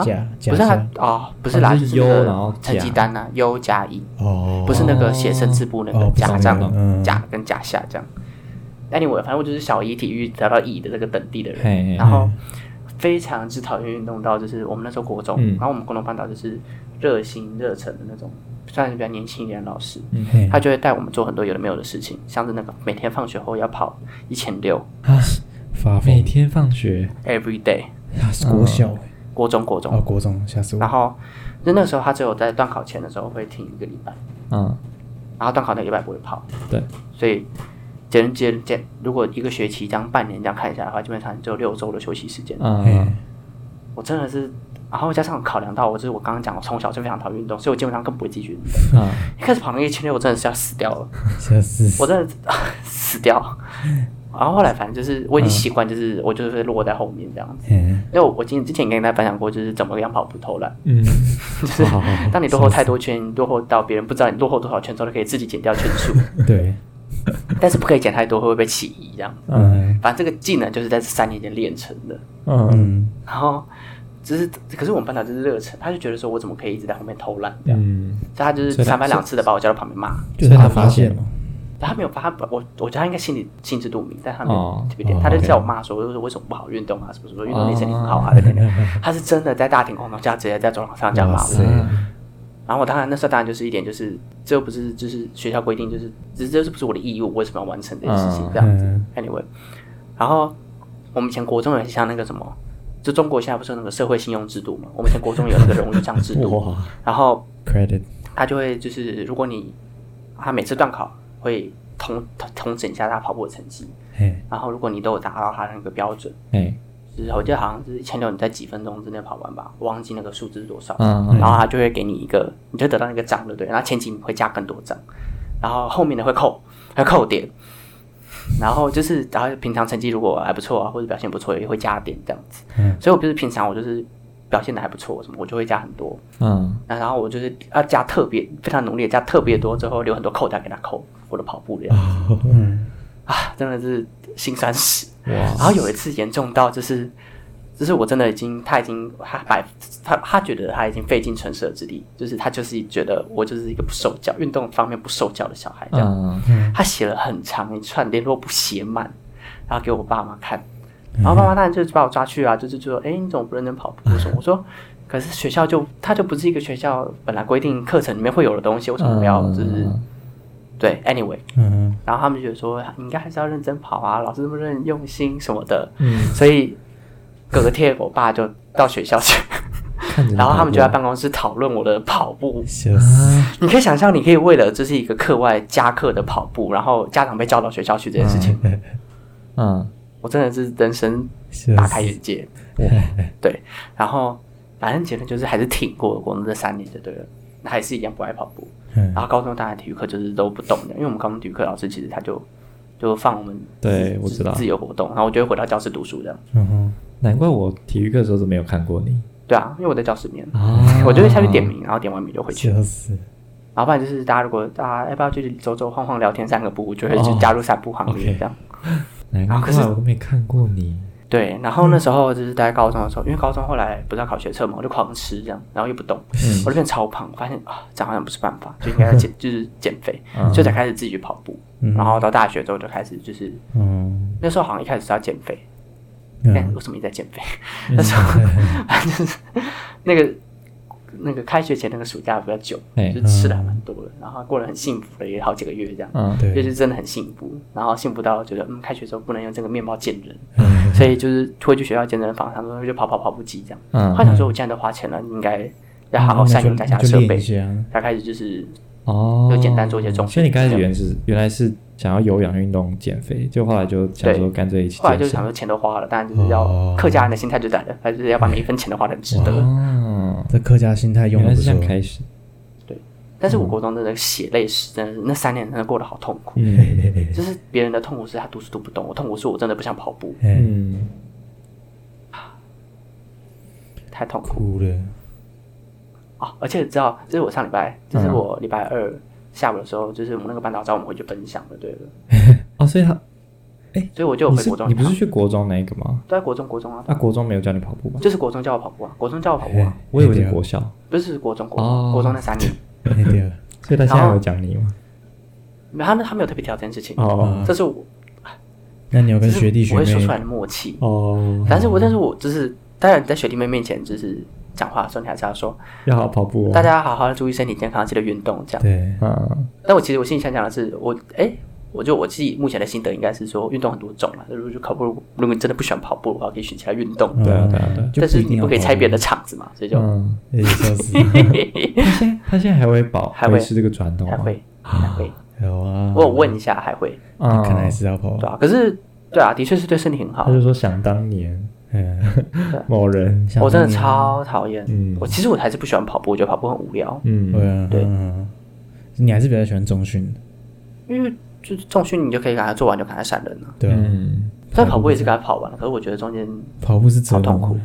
Speaker 2: 加
Speaker 3: 啊不
Speaker 2: 加
Speaker 3: 是它
Speaker 2: 上
Speaker 3: 哦，不是啦，
Speaker 1: 它
Speaker 3: 就是是
Speaker 1: 优
Speaker 3: 那个
Speaker 1: 然后甲
Speaker 3: 成绩单呐，优甲乙，
Speaker 2: 哦，
Speaker 3: 不是那个写生字部那
Speaker 2: 哦
Speaker 3: 个
Speaker 2: 不是
Speaker 3: 甲
Speaker 2: 那
Speaker 3: 这
Speaker 2: 个
Speaker 3: 样，
Speaker 2: 嗯
Speaker 3: 甲跟甲下这样。anyway，反正我就是小乙体育达到乙的这个等地的人，
Speaker 1: 嘿嘿
Speaker 3: 然后非常之讨厌运动到，就是我们那时候国中，
Speaker 1: 嗯
Speaker 3: 然后我们国中班导就是热心热忱的那种，算是比较年轻一点的老师，
Speaker 2: 嘿
Speaker 3: 他就会带我们做很多有的没有的事情，像是那个每天放学后要跑一千六
Speaker 1: 啊，
Speaker 2: 发疯
Speaker 1: 每，天放学，
Speaker 3: every day，
Speaker 2: 他是国小欸
Speaker 3: 国中国中，
Speaker 1: 嗯
Speaker 2: 哦，国中吓死
Speaker 3: 嗯然
Speaker 2: 我，
Speaker 3: 后就那时候他只有在段考前的时候会停一个礼拜，
Speaker 1: 嗯，
Speaker 3: 然后段考那个礼拜不会跑，
Speaker 1: 对，
Speaker 3: 所以简简简，如果一个学期这样半年这样看下来的话，基本上只有六周的休息时间，
Speaker 2: 嘿
Speaker 1: 嗯，
Speaker 3: 我真的是，然后加上考量到我就是我刚刚讲，我从小就非常讨厌运动，所以我基本上更不会继续运 动。
Speaker 1: 啊，
Speaker 3: 一开始跑那个一千六，我真的是要死掉了，
Speaker 2: 吓死
Speaker 3: 我真的啊死掉。 然后后来反正就是
Speaker 1: 嗯
Speaker 3: 我已经习惯，就是、我就是落在后面这样子。
Speaker 2: 嘿
Speaker 3: 因为我我今天之前也跟大家分享过，就是怎么样跑步偷懒，
Speaker 1: 嗯，
Speaker 3: 就是
Speaker 1: 好好好
Speaker 3: 当你落后太多圈，落后到别人不知道你落后多少圈之后，就可以自己减掉圈数，
Speaker 2: 对，
Speaker 3: 但是不可以减太多，会会被起疑这样。
Speaker 2: 嗯
Speaker 3: 反正这个技能就是在这三年间练成的。
Speaker 1: 嗯
Speaker 2: 嗯
Speaker 3: 然后只是，可是我们班长就是热忱，他就觉得说我怎么可以一直在后面偷懒这样，
Speaker 1: 嗯，
Speaker 3: 所以他就是
Speaker 1: 所以他
Speaker 3: 三番两次的把我叫到旁边骂。
Speaker 2: 就是他发现了，
Speaker 3: 但他没有发，他我我觉得他应该心里心知肚明，但他没
Speaker 1: 哦
Speaker 3: 有特别点，
Speaker 2: 哦
Speaker 3: 他就
Speaker 2: OK 哦
Speaker 3: 叫我骂说，就是为什么不好运动啊，什么什么运动对身体很好啊，等等等。他是真的在大庭广众下直接在走廊上这样骂
Speaker 2: 哇塞
Speaker 3: 我。然后我当然那时候当然就是一点就是，这又不是就是学校规定，就是只是这是不是我的义务，我为什么要完成这件事情
Speaker 1: 嗯
Speaker 3: 这样子
Speaker 2: 嗯
Speaker 3: ？Anyway，然后我们以前国中有像那个什么，就中国现在不是有那个社会信用制度嘛？我们以前国中有那个荣誉奖制 度，
Speaker 1: 哇，
Speaker 3: 然后
Speaker 2: ，credit，
Speaker 3: 他就会就是，如果你他每次段考会统统统整一下他跑步的成绩，
Speaker 2: 嘿，
Speaker 3: 然后如果你都有达到他的那个标准，
Speaker 1: 哎，
Speaker 3: 就是我记得好像是一千六你在几分钟之内跑完吧，我忘记那个数字是多少，
Speaker 1: 嗯
Speaker 3: 然后他就会给你一个，你就得到那个章了，对，然后前几名会加更多章，然后后面的会扣，会扣点，然后就是然后平常成绩如果还不错啊，或者表现不错也会加点这样子，
Speaker 2: 嗯
Speaker 3: 所以我就是平常我就是表现的还不错什么，我就会加很多，
Speaker 1: 嗯，
Speaker 3: 那然后我就是要加特别非常努力的加特别多，之后留很多扣单给他扣我的跑步量
Speaker 2: 嗯，
Speaker 3: 啊，真的是心酸史。然
Speaker 1: 哇，
Speaker 3: 后有一次严重到就是，就是我真的已经他已经他百他他觉得他已经费尽唇舌之力，就是他就是觉得我就是一个不受教运动方面不受教的小孩这样。
Speaker 1: 嗯，
Speaker 3: 他写了很长一串联络簿写满，然后给我爸妈看，
Speaker 1: 嗯
Speaker 3: 然后爸妈当然就是把我抓去啊，就是就说，哎，你怎么不认真跑步？我说，我说，可是学校就它就不是一个学校本来规定课程里面会有的东西，为什么不要就是、
Speaker 1: 嗯
Speaker 3: 对？Anyway，
Speaker 2: 嗯
Speaker 3: 然后他们就觉得说，你应该还是要认真跑啊，老师这么认用心什么的，
Speaker 1: 嗯，
Speaker 3: 所以隔天我爸就到学校去，
Speaker 1: 看着你
Speaker 3: 然后他们就在
Speaker 1: 跑
Speaker 3: 办公室讨论我的跑步。
Speaker 2: 吓
Speaker 1: 嗯
Speaker 2: 死，
Speaker 1: 啊
Speaker 3: 你可以想象，你可以为了这是一个课外加课的跑步，然后家长被叫到学校去这件事
Speaker 2: 嗯
Speaker 3: 情，
Speaker 1: 步，嗯，
Speaker 3: 我真的是人生
Speaker 2: 吓
Speaker 3: 大
Speaker 2: 死
Speaker 3: 开眼界。
Speaker 1: 哇，
Speaker 3: 对，然后反正结论就是还是挺过我们这三年就对了。还是一样不爱跑步。
Speaker 2: 嗯
Speaker 3: 然后高中当然体育课就是都不动的，因为我们高中体育课老师其实他就就放我们自
Speaker 1: 对我知道
Speaker 3: 自由活动，然后我就会回到教室读书这样。
Speaker 2: 嗯哼，
Speaker 1: 难怪我体育课的时候都没有看过你
Speaker 3: 对啊，因为我在教室里面，
Speaker 1: 啊
Speaker 3: 我就会下去点名，然后点完名就回去。
Speaker 2: 就是
Speaker 3: 然后不然就是大家如果大家哎要不要去走走晃晃聊天散个步，就会去
Speaker 1: 哦
Speaker 3: 加入散步行列
Speaker 1: OK
Speaker 3: 这样。
Speaker 1: 难
Speaker 3: 啊
Speaker 1: 怪
Speaker 3: 可是
Speaker 1: 我都没看过你。
Speaker 3: 对，然后那时候就是在高中的时候，因为高中后来不是要考学测嘛，我就狂吃这样，然后又不动，
Speaker 1: 嗯
Speaker 3: 我就变超胖，发现啊，这样好像不是办法，就应该 要减，就是减肥，
Speaker 1: 嗯
Speaker 3: 所以才开始自己去跑步。然后到大学之后就开始就是
Speaker 2: 嗯
Speaker 3: 那时候好像一开始是要减肥，
Speaker 2: 嗯
Speaker 3: 哎但为什么一直在减肥？那时候就是那个那个开学前那个暑假比较久，
Speaker 1: 哎
Speaker 3: 就吃的还蛮多的，然后过得很幸福了，也好几个月这样。
Speaker 1: 嗯，
Speaker 2: 对
Speaker 3: 就是真的很幸福，然后幸福到觉得，嗯，开学之后不能用这个面包见人，所以就是会去学校健身房，他们就跑跑跑步机这样。
Speaker 1: 嗯
Speaker 3: 幻想说，我既然都花钱了，应该要好好善用一下设备。
Speaker 2: 嗯
Speaker 3: 才开始就是
Speaker 1: 哦，
Speaker 3: 就简单做一些重训
Speaker 1: 所以你刚开始原是原来是想要有氧运动减肥，就后来就想说
Speaker 3: 对
Speaker 1: 干脆一起
Speaker 3: 后来就
Speaker 1: 健
Speaker 3: 是想
Speaker 1: 身。
Speaker 3: 说钱都花了，当然就是要
Speaker 2: 哦
Speaker 3: 客家人的心态就在了，他就是要把每一分钱都花的很值得。
Speaker 1: 哦，
Speaker 2: 这客家心态用
Speaker 1: 原
Speaker 2: 的
Speaker 1: 来
Speaker 2: 不
Speaker 1: 是这
Speaker 2: 错
Speaker 1: 样，开始。
Speaker 3: 但是我国中真的血泪史，真的是那三年真的过得好痛苦。
Speaker 1: 嗯
Speaker 3: 就是别人的痛苦是他读书读不懂，我痛苦是我真的不想跑步，
Speaker 2: 哎，
Speaker 1: 嗯，
Speaker 3: 太痛苦
Speaker 2: 哭了，
Speaker 3: 哦！而且你知道，这是我上礼拜，这是
Speaker 1: 嗯
Speaker 3: 我礼拜二下午的时候，就是我们那个班导找我们回去分享的，对了，
Speaker 1: 哦，所以他
Speaker 3: 所以我就有
Speaker 1: 你
Speaker 3: 回
Speaker 1: 是
Speaker 3: 国中
Speaker 1: 你
Speaker 3: 一
Speaker 1: 不
Speaker 3: 趟，
Speaker 1: 是去国中那一个吗？
Speaker 3: 都在国中国中啊，
Speaker 1: 那国中没有教你跑步吧？
Speaker 3: 就是国中叫我跑步啊，国中叫我跑步啊，
Speaker 2: 哎
Speaker 1: 我以为
Speaker 2: 对
Speaker 1: 是
Speaker 2: 啊
Speaker 1: 国小，
Speaker 3: 不是国中国中、
Speaker 1: 哦
Speaker 3: 国中那三年，
Speaker 2: 哎对了，
Speaker 1: 所以他现在
Speaker 3: 然后
Speaker 1: 有讲你吗？
Speaker 3: 没有他们他们有特别提到这件事情，
Speaker 1: 哦
Speaker 2: 嗯
Speaker 3: 这是我
Speaker 2: 那你有
Speaker 3: 这
Speaker 2: 跟
Speaker 3: 是
Speaker 2: 学弟学
Speaker 3: 我会
Speaker 2: 妹
Speaker 3: 说出来的默契，
Speaker 1: 哦，
Speaker 3: 但是我但是我就是当然你在学弟妹面前就是讲话的时候，你还是要说
Speaker 1: 要好好跑步哦。
Speaker 3: 大家好好注意身体健康，记得运动这样。
Speaker 2: 对，
Speaker 1: 嗯，
Speaker 3: 但我其实我心里想讲的是，我哎、我就我自己目前的心得应该是说，运动很多种嘛。如果就跑步，如果你真的不喜欢跑步的话，可以选其他运动。
Speaker 2: 嗯
Speaker 1: 对啊对啊对啊
Speaker 2: 就
Speaker 3: 但是
Speaker 2: 一定
Speaker 3: 你
Speaker 2: 要
Speaker 3: 不可以
Speaker 2: 跑
Speaker 3: 拆别人的
Speaker 2: 步
Speaker 3: 场子嘛，所以就、
Speaker 1: 嗯，
Speaker 2: 哎笑 死，
Speaker 1: 他现他现在还会保
Speaker 3: 还会
Speaker 1: 维持这个传统
Speaker 3: 还
Speaker 1: 吗？
Speaker 3: 会还会。
Speaker 2: 有啊，
Speaker 3: 我有问一下，还会
Speaker 1: 啊，
Speaker 2: 看来是要跑
Speaker 3: 哦对，啊。可是对啊，的确是对身体很好
Speaker 1: 他。就说想当年哎
Speaker 2: 嗯，
Speaker 1: 某人想
Speaker 3: 我真的
Speaker 2: 啊
Speaker 3: 超讨厌。
Speaker 1: 嗯
Speaker 3: 我其实我还是不喜欢跑步，我觉得跑步很无聊，
Speaker 2: 对
Speaker 1: 嗯
Speaker 2: 啊，
Speaker 3: 对
Speaker 2: 嗯，你还是比较喜欢中训的，
Speaker 3: 因为就是重训你就可以赶快做完就赶快闪人了。
Speaker 2: 对啊，
Speaker 1: 嗯，
Speaker 3: 但跑步也是赶快跑完了，可是我觉得中间
Speaker 2: 跑步是折
Speaker 3: 好痛
Speaker 2: 磨
Speaker 3: 苦
Speaker 2: 的。。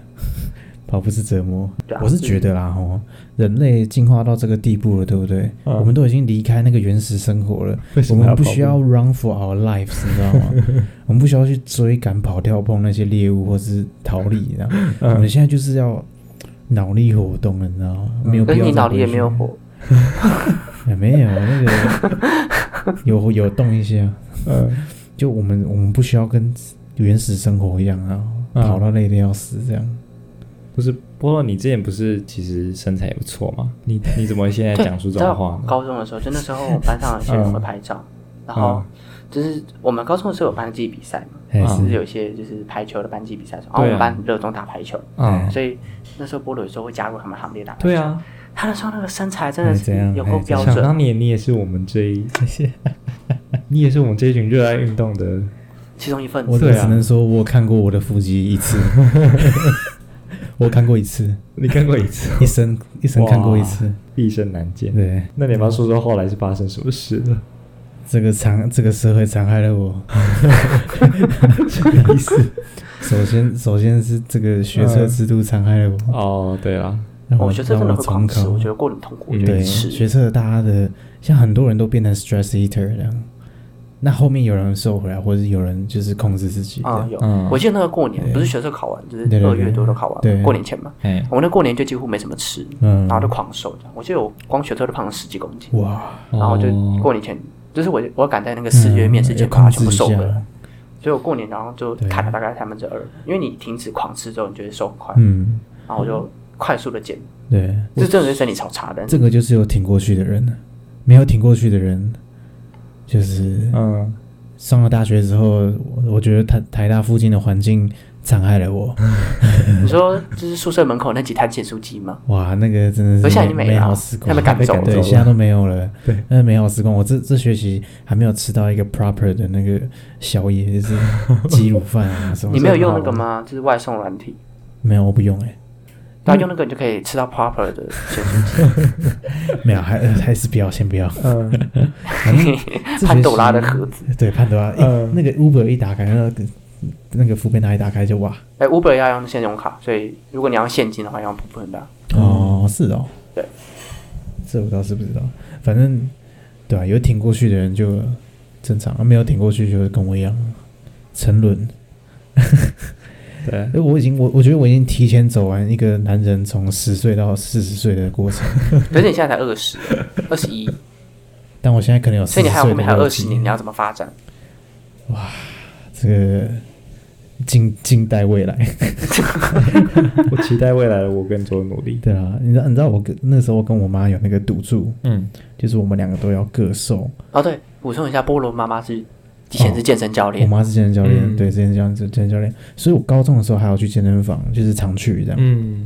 Speaker 2: 跑步是折磨
Speaker 3: 对啊，
Speaker 2: 我是觉得啦，吼，人类进化到这个地步了，对不对？
Speaker 1: 嗯
Speaker 2: 我们都已经离开那个原始生活了
Speaker 1: 为，什
Speaker 2: 我
Speaker 1: 么要跑
Speaker 2: 们
Speaker 1: 步
Speaker 2: 不需要 run for our lives，你知道 吗？我们不需要去追赶、跑跳、碰那些猎物或是逃离，你知道吗？
Speaker 3: 嗯
Speaker 2: 我
Speaker 1: 嗯
Speaker 2: 们现在就是要脑力活动了，你知道吗？没有
Speaker 3: 嗯可
Speaker 2: 必
Speaker 3: 是
Speaker 2: 要
Speaker 3: 你
Speaker 2: 再
Speaker 3: 脑力也
Speaker 2: 回
Speaker 3: 没
Speaker 2: 去
Speaker 3: 有，活，
Speaker 2: 哎没有那个有有动一些啊，
Speaker 3: 嗯
Speaker 1: 呃，
Speaker 2: 就我们我们不需要跟原始生活一样啊，
Speaker 1: 嗯
Speaker 2: 跑到累得要死这样。
Speaker 1: 不是波洛，你之前不是其实身材也不错嘛？你你怎么会现在
Speaker 3: 对，
Speaker 1: 讲出
Speaker 3: 你
Speaker 1: 这
Speaker 3: 知道
Speaker 1: 种话呢？
Speaker 3: 高中的时候，就那时候我们班上有些
Speaker 2: 嗯
Speaker 3: 人会拍照，然后就是我们高中的时候有班级比赛嘛，
Speaker 2: 还
Speaker 3: 嗯哎就是
Speaker 2: 嗯哎是
Speaker 3: 有一些就是排球的班级比赛，然
Speaker 1: 啊
Speaker 3: 后我们班很热衷打排球，
Speaker 1: 嗯，
Speaker 3: 所以那时候菠萝有时候会加入他们行列打排球。
Speaker 1: 对，啊，
Speaker 3: 他那时候那个身材真的
Speaker 2: 哎怎样
Speaker 3: 是有够
Speaker 2: 哎怎
Speaker 3: 标
Speaker 2: 样
Speaker 1: 想
Speaker 3: 准，
Speaker 1: 当年你也是我们这一， 你也是我们这一群热爱运动 的，
Speaker 3: 其中一份
Speaker 2: 我
Speaker 3: 子。
Speaker 1: 对啊
Speaker 2: 只能说我看过我的腹肌一次， 我看过一次，
Speaker 1: 你看过一次，
Speaker 2: 一生一生看过一次。
Speaker 1: 毕生难见。
Speaker 2: 对，
Speaker 1: 那你要不要说说后来是发生什么事了？
Speaker 2: 这个残这个社会残害了 我。 意思？首先首先是这个学测制度残害了我，
Speaker 1: 哦，对啦，
Speaker 2: 让
Speaker 3: 我
Speaker 2: 我
Speaker 3: 觉得这
Speaker 2: 让
Speaker 3: 真的
Speaker 2: 我
Speaker 3: 会
Speaker 2: 重
Speaker 3: 狂吃，
Speaker 2: 考
Speaker 3: 我觉。得过得很痛苦，我
Speaker 1: 嗯
Speaker 3: 觉得
Speaker 2: 对，
Speaker 3: 一吃
Speaker 2: 学测大家的像很多人都变成 stress eater 这样，那后面有人瘦回来，或者是有人就是控制自己这
Speaker 3: 啊
Speaker 2: 样。
Speaker 3: 有
Speaker 1: 嗯。
Speaker 3: 我记得那个过年不是学测考完，就是
Speaker 2: 对对
Speaker 3: 二
Speaker 2: 对
Speaker 3: 月多都考完嘛，
Speaker 2: 对
Speaker 3: 过年前嘛。
Speaker 1: 哎，
Speaker 3: 我那过年就几乎没什么吃，
Speaker 2: 嗯
Speaker 3: 然后就狂瘦这样。我记得我光学测就胖了十几公斤。
Speaker 2: 哇，
Speaker 3: 然后就
Speaker 1: 哦
Speaker 3: 过年前，就是我我赶在那个四月面试前
Speaker 2: 嗯
Speaker 3: 把它全部瘦回
Speaker 2: 要控制一
Speaker 3: 来
Speaker 2: 下，
Speaker 3: 所以我过年然后就砍了大概三分之二，因为你停止狂吃之后，你就会瘦很快，
Speaker 2: 嗯，
Speaker 3: 然后我就快速的减，
Speaker 2: 对，
Speaker 3: 这真的是身体超差的。
Speaker 2: 这个就是有挺过去的人了，没有挺过去的人，就是
Speaker 1: 嗯，
Speaker 2: 上了大学之后，我我觉得台台大附近的环境残害了我，
Speaker 3: 你说就是宿舍门口那几摊减速机吗？
Speaker 2: 哇，那个真的
Speaker 3: 可
Speaker 2: 是
Speaker 3: 现在已经没
Speaker 2: 美
Speaker 3: 了啊
Speaker 2: 好时光，
Speaker 3: 他们赶走了
Speaker 2: 对，现在都没有了，
Speaker 1: 对，
Speaker 2: 那美好时光，我这这学期还没有吃到一个 proper 的那个宵夜，就是鸡卤饭啊什么，
Speaker 3: 你没有用那个吗？就是外送软体，
Speaker 2: 没有，我不用哎、
Speaker 3: 对啊，用那个你就可以吃到 proper 的咸酥
Speaker 2: 嗯
Speaker 3: 鸡，
Speaker 2: 没有，还还是不要，先不要。
Speaker 4: 嗯，
Speaker 2: 反 正自学习
Speaker 3: 潘朵拉的盒子。
Speaker 2: 对潘多拉，一
Speaker 4: 嗯
Speaker 2: 那个 Uber 一打开，那个那个福贝达一打开就哇，
Speaker 3: 哎，Uber 要用信用卡，所以如果你要用现金的话，要用 p u b
Speaker 2: 哦，是哦，
Speaker 3: 对，
Speaker 2: 这我倒是不知道，反正对啊吧、有挺过去的人就正常，啊没有挺过去就是跟我一样沉沦。
Speaker 1: 对
Speaker 2: 因为我已经我我觉得我已经提前走完一个男人从十岁到四十岁的过程，
Speaker 3: 可是你现在才二十，二十一，
Speaker 2: 但我现在可能有40
Speaker 3: 所以你还有后
Speaker 2: 岁的
Speaker 3: 面还有
Speaker 2: 肉
Speaker 3: 二
Speaker 2: 体
Speaker 3: 十年，你要怎么发展？
Speaker 2: 这个静静待未来。
Speaker 1: 我期待未来的我更多努力。
Speaker 2: 对啊，你知道你知道我跟那时候我跟我妈有那个赌注，
Speaker 1: 嗯，
Speaker 2: 就是我们两个都要各瘦。
Speaker 3: 哦，对，补充一下，菠萝妈妈是以前
Speaker 2: 哦
Speaker 3: 是健身教
Speaker 2: 我
Speaker 3: 练，
Speaker 2: 妈是健身教练，
Speaker 4: 嗯
Speaker 2: 对，健身教练，健身教练，所以我高中的时候还要去健身房，就是常去这样。
Speaker 4: 嗯，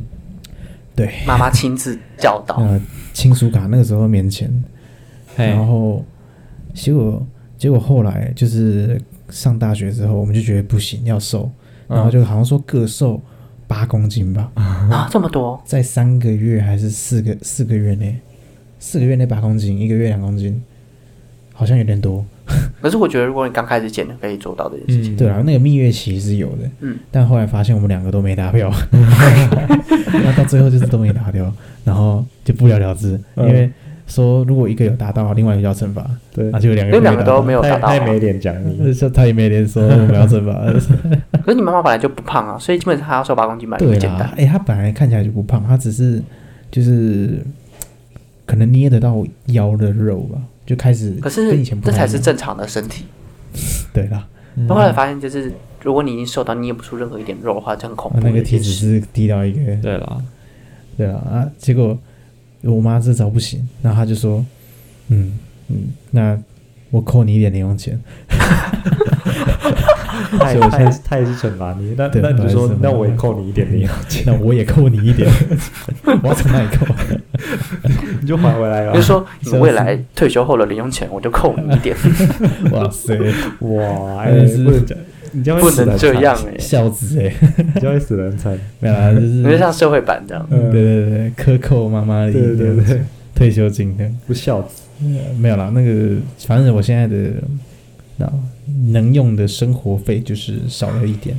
Speaker 2: 对，
Speaker 3: 妈妈亲自教导。
Speaker 2: 呃，亲属卡那个时候免钱，
Speaker 1: 嘿
Speaker 2: 然后结果结果后来就是上大学之后，我们就觉得不行，要瘦，
Speaker 1: 嗯
Speaker 2: 然后就好像说各瘦八公斤吧，
Speaker 3: 啊，这么多，
Speaker 2: 在三个月还是四个四个月内，四个月内八公斤，一个月两公斤，好像有点多。
Speaker 3: 可是我觉得如果你刚开始减，可以做到这件事情。
Speaker 4: 嗯，
Speaker 2: 对啊，那个蜜月期是有的，
Speaker 3: 嗯，
Speaker 2: 但后来发现我们两个都没达 标， 那到最后就是都没达标，然后就不了了之，因
Speaker 1: 嗯
Speaker 2: 为说如果一个有达到，另外一个要惩罚，
Speaker 1: 对
Speaker 2: 啊，，就两
Speaker 3: 因
Speaker 2: 个
Speaker 3: 为两个都没
Speaker 2: 有
Speaker 3: 有
Speaker 1: 他
Speaker 3: 达
Speaker 1: 也他
Speaker 3: 到啊
Speaker 1: 也，没脸讲
Speaker 2: 达到，
Speaker 1: 你。
Speaker 2: 是他也没脸说我们要惩 罚，
Speaker 3: 可是你妈妈本来就不胖啊，所以基本上她要瘦八公斤
Speaker 2: 嗯
Speaker 3: 蛮
Speaker 2: 对
Speaker 3: 简
Speaker 2: 啦
Speaker 3: 单，。
Speaker 2: 哎，他本来看起来就不胖，他只是就是可能捏得到腰的肉吧，就开始
Speaker 3: 可
Speaker 2: 跟
Speaker 3: 是
Speaker 2: 以前不
Speaker 3: 这
Speaker 2: 太
Speaker 3: 才
Speaker 2: 一
Speaker 3: 是
Speaker 2: 样
Speaker 3: 正常的身体。
Speaker 2: 对啦，
Speaker 4: 嗯
Speaker 3: 后来发现就是，如果你已经瘦到捏不出任何一点肉的话，就很恐
Speaker 2: 啊
Speaker 3: 怖的
Speaker 2: 那
Speaker 3: 一
Speaker 2: 个
Speaker 3: 件
Speaker 2: 体
Speaker 3: 事。
Speaker 2: 脂是低到一个
Speaker 1: 对了，
Speaker 2: 对啊，啊，结果我妈这招不行，然后她就说，嗯嗯，那我扣你一点零用钱，
Speaker 1: 他也他也是他也是惩罚你，那
Speaker 2: 对
Speaker 1: 那你就说
Speaker 2: 不好意思，
Speaker 1: 那我也扣你一点零用钱，
Speaker 2: 那我也扣你一点，我要从哪里扣？ 啊
Speaker 1: 你就还回来了
Speaker 3: 就是。说，你
Speaker 2: 真
Speaker 3: 未
Speaker 2: 是
Speaker 3: 来退休后的零用钱，我就扣你一 点，
Speaker 2: 啊哇塞，
Speaker 1: 哇，哎
Speaker 2: 真的是
Speaker 1: 不能讲，你这样
Speaker 3: 不
Speaker 1: 会死得
Speaker 2: 啊
Speaker 1: 很
Speaker 3: 能这
Speaker 1: 惨
Speaker 3: 样，哎、
Speaker 2: 孝子哎、
Speaker 1: 你这样会死得很惨。
Speaker 2: 没有啦，就是嗯
Speaker 3: 你就像社会版这样。
Speaker 2: 对对对，克扣妈妈的一
Speaker 1: 对对
Speaker 2: 点
Speaker 1: 对，
Speaker 2: 退休金的，
Speaker 1: 不孝子。
Speaker 2: 呃没有啦，那个反正我现在的那能用的生活费就是少了一点，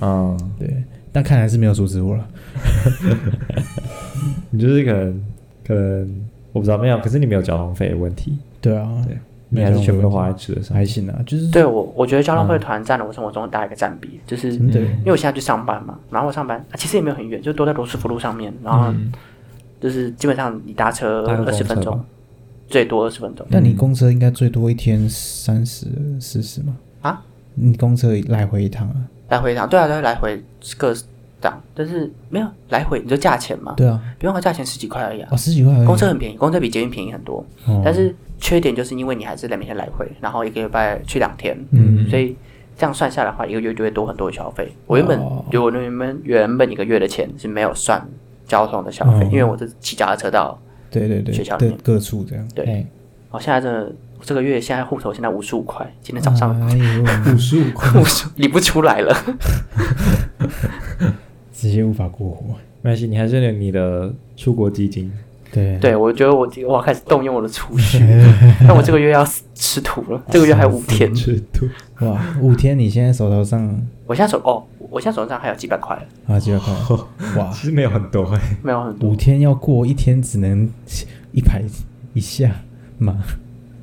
Speaker 1: 嗯，
Speaker 2: 对，但看来是没有阻止我了，
Speaker 1: 你就是可能可能我不知道没有，可是你没有交通费的问题，
Speaker 2: 对啊，
Speaker 1: 对你
Speaker 2: 没有
Speaker 1: 还是全部
Speaker 2: 交
Speaker 1: 都
Speaker 2: 通
Speaker 1: 花
Speaker 2: 费
Speaker 1: 在吃的上
Speaker 2: 还。行啊，就是
Speaker 3: 对我，我觉得交通会团占了我生活中很大一个占比，就是
Speaker 1: 嗯
Speaker 2: 真的。
Speaker 3: 因为我现在去上班嘛，然后我上班、啊、其实也没有很远，就都在罗斯福路上面，然后
Speaker 4: 嗯
Speaker 3: 就是基本上你搭车
Speaker 1: 搭个
Speaker 3: 二
Speaker 1: 公
Speaker 3: 十分
Speaker 1: 车
Speaker 3: 钟
Speaker 1: 吧，
Speaker 3: 最多二十分钟。
Speaker 2: 但你公车应该最多一天三十、四十嘛？
Speaker 3: 啊？
Speaker 2: 你公车来回一趟啊？
Speaker 3: 来回一趟，对啊，对啊，来回各档，但是没有来回，你就价钱嘛，
Speaker 2: 对啊，
Speaker 3: 不用花价钱十几块而已啊
Speaker 2: 哦，。十几块而已。
Speaker 3: 公车很便宜，公车比捷运便宜很多，
Speaker 2: 哦，
Speaker 3: 但是缺点就是因为你还是得每天来回，然后一个礼拜去两天，
Speaker 2: 嗯
Speaker 3: 所以这样算下来的话，一个月就会多很多的消费。我原本
Speaker 2: 哦
Speaker 3: 就我原本原本一个月的钱是没有算交通的消费，
Speaker 2: 哦
Speaker 3: 因为我是骑脚踏车到，
Speaker 2: 对对
Speaker 3: 学
Speaker 2: 对，
Speaker 3: 校里
Speaker 2: 各
Speaker 3: 面
Speaker 2: 各处这样。
Speaker 3: 对
Speaker 2: 哎
Speaker 3: 我哦现在这我这个月现在户头现在五十五块，今天早上
Speaker 2: 哎呦，五十五块，
Speaker 3: 五十理不出来了。
Speaker 2: 直接无法过活。
Speaker 1: 没关系，你还是有你的出国基金。
Speaker 2: 对，
Speaker 3: 对，我觉得我我要开始动用我的储蓄， 但我这个月要死吃土了，这个月还有五天。
Speaker 1: 制度，
Speaker 2: 哇，五天你现在手头上
Speaker 3: 我现在手哦，我现在手上还有几百块了，
Speaker 2: 啊几百块？哇，
Speaker 1: 其实没有很多哎、
Speaker 3: 没有很多。
Speaker 2: 五天要过一天，只能一排一下 嘛。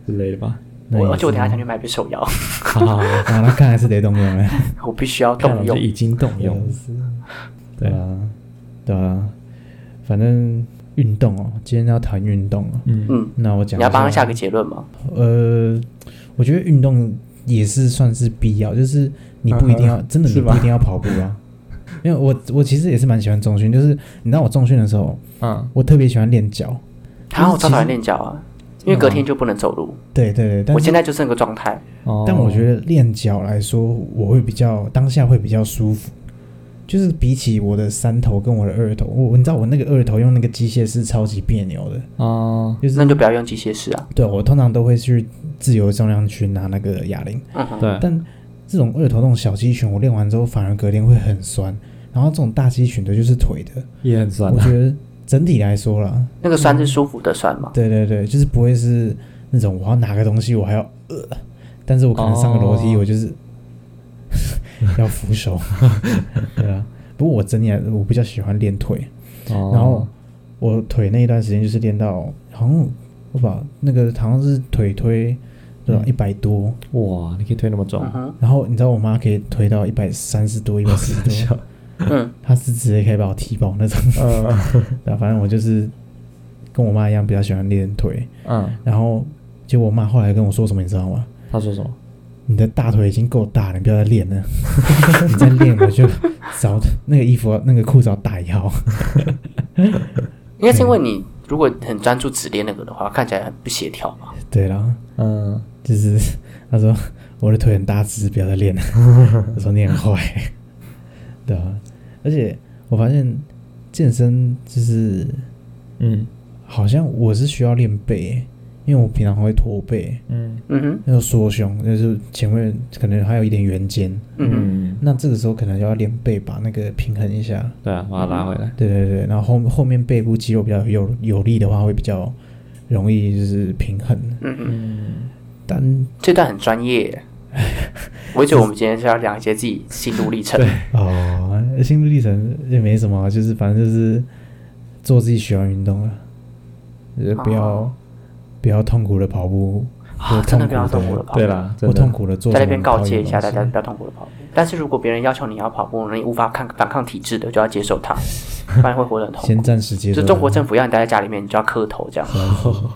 Speaker 1: 之类的吧。
Speaker 2: 那
Speaker 3: 我
Speaker 2: 也
Speaker 3: 而且我
Speaker 2: 是
Speaker 3: 等一下想去买杯手摇，
Speaker 1: 好，
Speaker 2: 啊，那看来是得动用了。
Speaker 3: 我必须要动用
Speaker 1: 已经动用了。
Speaker 2: 对啊，对啊，反正运动哦，今天要谈运动哦。
Speaker 1: 嗯，
Speaker 3: 嗯，
Speaker 2: 那我讲
Speaker 3: 你要帮他
Speaker 2: 一
Speaker 3: 下个结论吗？
Speaker 2: 呃，我觉得运动也是算是必要，就是你不一定
Speaker 3: 嗯
Speaker 2: 要，真的你
Speaker 1: 是
Speaker 2: 不
Speaker 1: 吧
Speaker 2: 一定要跑步 啊。因为我我其实也是蛮喜欢重训，就是你知道我重训的时候，
Speaker 4: 嗯
Speaker 2: 我特别喜欢练脚。
Speaker 3: 然后我超
Speaker 2: 其
Speaker 3: 讨厌
Speaker 2: 实
Speaker 3: 练脚啊，因为隔天就不能走路。
Speaker 2: 对对对，但
Speaker 3: 我现
Speaker 2: 是
Speaker 3: 在就是那个状态，
Speaker 4: 哦
Speaker 2: 但我觉得练脚来说，我会比较当下会比较舒服。就是比起我的三头跟我的二头，我你知道我那个二头用那个机械式超级别扭的，
Speaker 4: 哦，
Speaker 2: 就是
Speaker 3: 那就不要用机械式啊。
Speaker 2: 对，我通常都会去自由重量区拿那个哑铃，
Speaker 3: 嗯哼，
Speaker 4: 对，
Speaker 2: 但这种二头那种小肌群，我练完之后反而隔天会很酸，然后这种大肌群的就是腿的，
Speaker 1: 也很酸
Speaker 2: 我
Speaker 1: 啊。
Speaker 2: 觉得整体来说啦，
Speaker 3: 那个酸是舒服的酸嘛？
Speaker 2: 对对对，就是不会是那种我要拿个东西我还要呃，但是我可能上个楼梯
Speaker 3: 哦
Speaker 2: 我就是、 要扶手， 对啊。不过我整体来我比较喜欢练腿，
Speaker 1: 哦
Speaker 2: 然后我腿那一段时间就是练到好像我把那个好像是腿推对
Speaker 1: 嗯
Speaker 2: 吧一百多，
Speaker 1: 哇，你可以推那么重，
Speaker 3: 嗯哼，
Speaker 2: 然后你知道我妈可以推到一百三十多、一百四十多，
Speaker 3: 嗯，
Speaker 2: 她是直接可以把我踢爆那种。
Speaker 1: 嗯
Speaker 2: 对啊，反正我就是跟我妈一样比较喜欢练腿，
Speaker 1: 嗯，
Speaker 2: 然后结果我妈后来跟我说什么，你知道吗？
Speaker 1: 他说什么？
Speaker 2: 你的大腿已经够大了，你不要再练了，你再练我就找那个衣服、那个裤子要打腰。
Speaker 3: 应该是因为你如果很专注只练那个的话，看起来很不协调嘛。
Speaker 2: 对啦，
Speaker 1: 嗯，
Speaker 2: 就是她说我的腿很大只，不要再练了。我说你很坏， 对啊，而且我发现健身就是
Speaker 1: 嗯
Speaker 2: 好像我是需要练背，因为我平常会驼背，
Speaker 1: 嗯
Speaker 3: 嗯哼，
Speaker 2: 那个缩胸，就是前面可能还有一点圆肩，
Speaker 3: 嗯哼，
Speaker 1: 嗯，
Speaker 2: 那这个时候可能就要练背把那个平衡一下。
Speaker 1: 对啊，把它拉回来。
Speaker 2: 对对对，然后后后面背部肌肉比较有有力的话，会比较容易就是平衡。
Speaker 3: 嗯哼，
Speaker 1: 嗯，
Speaker 2: 但
Speaker 3: 这段很专 业耶。我觉得我们今天是要聊一些自己心路历程。
Speaker 2: 哦，心路历程也没什么，啊就是反正就是做自己喜欢的运动啊，就是不要、
Speaker 3: 哦
Speaker 2: 不要痛苦的跑步，
Speaker 3: 啊，真的不要痛苦的跑步。
Speaker 1: 对啦，真
Speaker 2: 或
Speaker 1: 的
Speaker 2: 痛。苦的做
Speaker 3: 在
Speaker 2: 什
Speaker 3: 那
Speaker 2: 么
Speaker 3: 边告诫一
Speaker 2: 跑远
Speaker 3: 下大
Speaker 2: 东西
Speaker 3: 家，不要痛苦的跑步。但是如果别人要求你要跑步，你无法抗反抗体制的，就要接 受它，不然会活得很痛
Speaker 2: 先
Speaker 3: 苦。
Speaker 2: 暂时接受
Speaker 3: 就
Speaker 2: 它。
Speaker 3: 中国政府要你待在家里面，你就要磕头这样。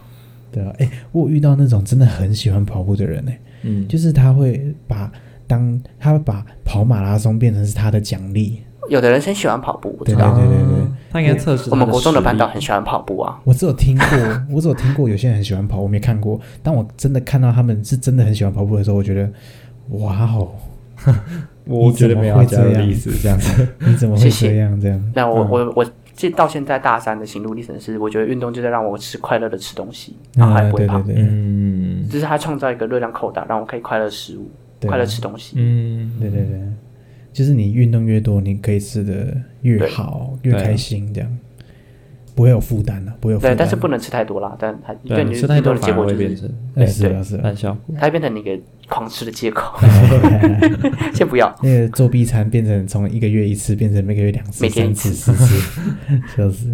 Speaker 2: 对啊，哎、我有遇到那种真的很喜欢跑步的人呢、
Speaker 1: 嗯，
Speaker 2: 就是他会把当他会把跑马拉松变成是他的奖励。
Speaker 3: 有的人很喜欢跑步，我知
Speaker 2: 对
Speaker 3: 道
Speaker 2: 对。对对对，
Speaker 1: 他应该测试
Speaker 3: 我们国中的班
Speaker 1: 班
Speaker 3: 导很喜欢跑步啊，
Speaker 2: 我只有听过， 我只有听过有些人很喜欢跑，我没看过。当我真的看到他们是真的很喜欢跑步的时候，我觉得，哇哦，
Speaker 1: 我觉得没有要加入的意思，这样子。
Speaker 2: 你怎么会
Speaker 3: 谢谢
Speaker 2: 这样这样？
Speaker 3: 那我
Speaker 1: 嗯
Speaker 3: 我我这到现在大三的心路历程是，我觉得运动就是让我吃快乐的吃东西，然后还
Speaker 2: 啊，
Speaker 3: 不
Speaker 2: 对
Speaker 3: 会胖
Speaker 2: 对，对
Speaker 1: 嗯
Speaker 3: 就是它创造一个热量扣打，让我可以快乐食物，
Speaker 2: 对啊
Speaker 3: 快乐吃东西。
Speaker 1: 嗯，
Speaker 2: 对对对，就是你运动越多，你可以吃的越
Speaker 3: 对
Speaker 2: 好，越
Speaker 1: 对啊
Speaker 2: 开心，这样不会有负担了，不会有负
Speaker 3: 对，
Speaker 2: 担。
Speaker 3: 但是不能吃太多啦，但还
Speaker 1: 对，啊
Speaker 3: 对
Speaker 1: 你
Speaker 3: 你
Speaker 1: 吃太
Speaker 3: 运
Speaker 1: 多
Speaker 3: 动的结
Speaker 1: 反而
Speaker 3: 果
Speaker 1: 会
Speaker 3: 就
Speaker 1: 变
Speaker 3: 是
Speaker 1: 成
Speaker 2: 哎，
Speaker 3: 对
Speaker 2: 是
Speaker 3: 对
Speaker 2: 啊是啊
Speaker 1: 反，效果。
Speaker 3: 它会变成你一个狂吃的借口。
Speaker 1: 嗯
Speaker 3: 先不要，
Speaker 2: 那个作弊餐变成从一个月一次变成每个月两 次、
Speaker 3: 每天
Speaker 2: 三
Speaker 3: 一
Speaker 2: 次、
Speaker 3: 次
Speaker 2: 四次，笑死。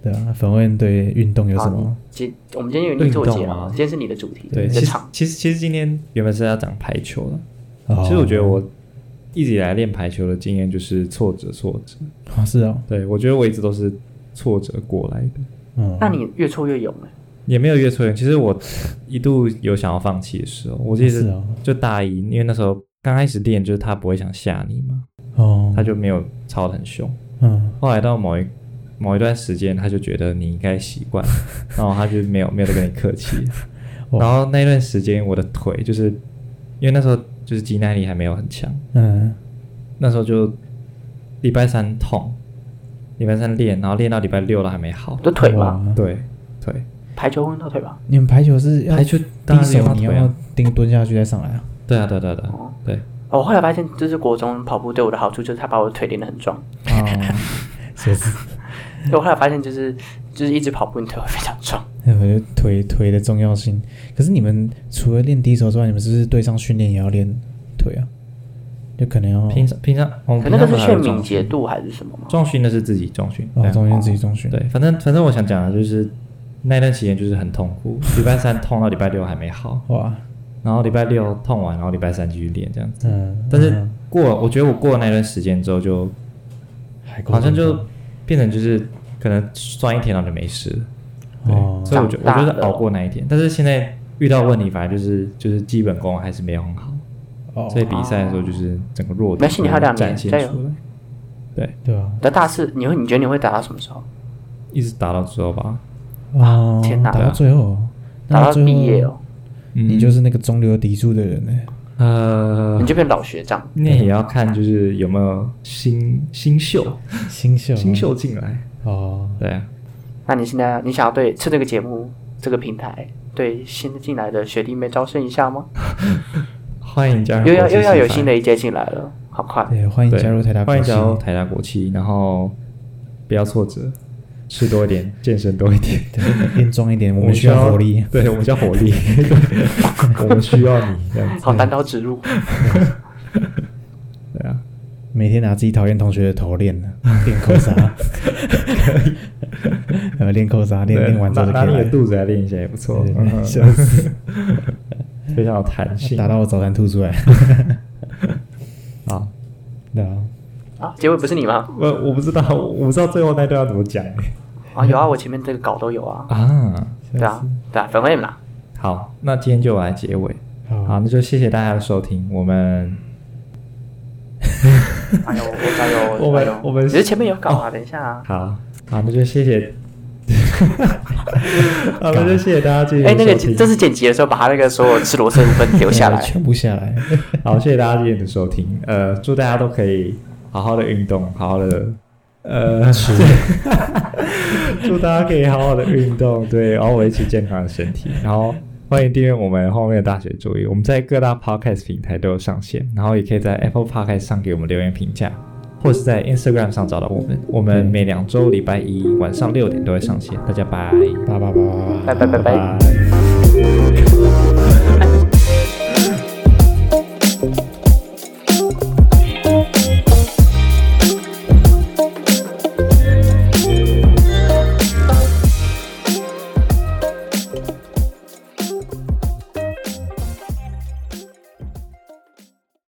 Speaker 2: 对啊，访问对运动有什么？
Speaker 3: 今我们今天有点做
Speaker 1: 运
Speaker 3: 结
Speaker 1: 动吗
Speaker 3: 啊，今天是你的主题，
Speaker 1: 对，
Speaker 3: 你的
Speaker 1: 其实
Speaker 3: 场。
Speaker 1: 其实其实今天原本是要讲排球的，
Speaker 3: 啊
Speaker 2: 哦
Speaker 1: 其实我觉得我一直以来练排球的经验就是挫折挫折，
Speaker 2: 啊是哦，
Speaker 1: 对我觉得我一直都是挫折过来的，
Speaker 2: 嗯，
Speaker 3: 那你越挫越勇哎，
Speaker 1: 也没有越挫越勇。其实我一度有想要放弃的时候，我记得
Speaker 2: 是
Speaker 1: 是
Speaker 2: 哦，
Speaker 1: 就大一，因为那时候刚开始练，就是他不会想吓你嘛，
Speaker 2: 哦，
Speaker 1: 他就没有操得很凶。
Speaker 2: 嗯，
Speaker 1: 后来到某一某一段时间，他就觉得你应该习 惯，然后他就没有没有再跟你客气。
Speaker 2: 哇
Speaker 1: 然后那段时间，我的腿就是因为那时候就是肌耐力还没有很强，
Speaker 2: 嗯
Speaker 1: 那时候就礼拜三痛，礼拜三练，然后练到礼拜六了还没好
Speaker 3: 我。的腿嘛，
Speaker 2: 哇
Speaker 1: 对对，
Speaker 3: 排球会用到腿吧？
Speaker 2: 哦你们排球是要
Speaker 1: 排球当
Speaker 2: 低
Speaker 1: 然有
Speaker 2: 手，
Speaker 1: 到
Speaker 2: 你
Speaker 1: 腿
Speaker 2: 要
Speaker 1: 啊，
Speaker 2: 盯蹲下去再上来 啊。
Speaker 1: 对啊对啊对啊对啊
Speaker 3: 哦
Speaker 1: 对，
Speaker 3: 哦我后来发现，就是国中跑步对我的好处就是他把我的腿练得很壮。
Speaker 2: 哦，确实，
Speaker 3: 因为我后来发现，就是就是一直跑步，你腿会非常壮。
Speaker 2: 我觉得腿腿的重要性。可是你们除了练低手之外，你们是不是对上训练也要练腿啊？就可能要
Speaker 1: 平常平常我们
Speaker 3: 可
Speaker 1: 平
Speaker 3: 那
Speaker 1: 常
Speaker 3: 个是
Speaker 1: 还有
Speaker 3: 炫敏
Speaker 1: 重
Speaker 3: 捷
Speaker 1: 训，
Speaker 3: 度还是什么吗？
Speaker 1: 重训那是自己重训，
Speaker 2: 哦，
Speaker 1: 对啊
Speaker 2: 中间自己中训。
Speaker 1: 对，反正反正我想讲的就是那段期间就是很痛苦，礼拜三痛到礼拜六还没好，
Speaker 2: 哇，
Speaker 1: 然后礼拜六痛完，然后礼拜三继续练这样子。
Speaker 2: 嗯，
Speaker 1: 但是
Speaker 2: 嗯
Speaker 1: 过了，我觉得我过了那段时间之后就，
Speaker 2: 还够
Speaker 1: 好像就
Speaker 2: 痛
Speaker 1: 变成就是可能酸一天然后就没事了，对，
Speaker 2: 哦
Speaker 1: 所以我觉我
Speaker 3: 长大
Speaker 1: 觉
Speaker 3: 了
Speaker 1: 得熬过那一天，但是现在遇到问题反而就是就是基本功还是没有很好，
Speaker 2: 哦，
Speaker 1: 所以比赛的时候就是整个弱
Speaker 3: 没
Speaker 1: 点
Speaker 3: 事你还有两年
Speaker 1: 展现
Speaker 3: 加油
Speaker 1: 出来，对，
Speaker 2: 对啊，
Speaker 3: 你的大四，你会你觉得你会打到什么时候？
Speaker 1: 一直打到最后吧，啊
Speaker 2: 哦，
Speaker 3: 天哪
Speaker 2: 打到最后，
Speaker 3: 打到
Speaker 2: 最后
Speaker 3: 毕业哦，，
Speaker 1: 嗯
Speaker 2: 你就是那个中流砥柱的人呢。
Speaker 1: 呃
Speaker 3: 你，就变老学长。
Speaker 1: 那也要看就是有没有新新秀
Speaker 2: 新秀，啊
Speaker 1: 新秀进来，
Speaker 2: 哦，
Speaker 1: 对啊，
Speaker 3: 那你现在你想要对趁这个节目这个平台对新进来的学弟妹招生一下吗？
Speaker 1: 欢迎加入
Speaker 3: 又
Speaker 1: 国
Speaker 3: 要
Speaker 1: 际
Speaker 3: 又要
Speaker 1: 戏
Speaker 3: 有
Speaker 1: 番
Speaker 3: 新的一届进来了，好快，
Speaker 2: 对，欢迎
Speaker 1: 对
Speaker 2: 加入台达国
Speaker 1: 欢迎
Speaker 2: 际
Speaker 1: 加入台达国际，然后不要挫折，吃多一点，健身多一点。
Speaker 2: 对，变壮一点，我们需要活力。
Speaker 1: 对我们需要活 力，对我们需要你这样子。
Speaker 3: 好单刀直入。
Speaker 1: 对啊，
Speaker 2: 每天拿自己讨厌同学的头练 呢，练扣杀，呃，练扣杀，练
Speaker 1: 对
Speaker 2: 练完之后就
Speaker 1: 拿拿
Speaker 2: 可以
Speaker 1: 你
Speaker 2: 来
Speaker 1: 的肚子来练一下也不错，
Speaker 2: 对
Speaker 1: 嗯
Speaker 2: 对对笑死，
Speaker 1: 非常有弹性。
Speaker 2: 打到我早餐吐 出来。
Speaker 1: 啊，
Speaker 2: 对啊，
Speaker 3: 啊，结尾不是你吗？
Speaker 1: 我我不知道，我不知道最后那段要怎么讲欸
Speaker 3: 啊，有啊，我前面这个稿都有啊。
Speaker 1: 啊。
Speaker 3: 对啊，对啊，粉会啦，
Speaker 1: 好，那今天就来结尾。好，
Speaker 2: 好，
Speaker 1: 那就谢谢大家的收听，我们
Speaker 3: 哎呦，我加油，
Speaker 1: 我们
Speaker 3: 加油
Speaker 1: 我们哦
Speaker 3: 只是前面有稿啊，等一下啊。
Speaker 1: 好好，那就谢 谢。好，那就谢谢大家今
Speaker 3: 哎，
Speaker 1: 天
Speaker 3: 那
Speaker 1: 的
Speaker 3: 个
Speaker 1: 收听。
Speaker 3: 这次剪辑的时候，把他那个所有吃螺丝的部分 留下来。
Speaker 2: 全部下来。
Speaker 1: 好，谢谢大家今天的收听。呃，祝大家都可以好好的运动，好好的呃，祝大家可以好好的运动，对，然后维持健康的身体。然后欢迎订阅我们后面的大学注意，我们在各大 podcast 平台都有上线，然后也可以在 Apple Podcast 上给我们留言评价。或是在 Instagram 上找到我们，我们每两周礼拜一晚上六点都会上线，大家拜。
Speaker 2: 叭叭叭叭叭
Speaker 3: 拜拜拜拜
Speaker 1: 拜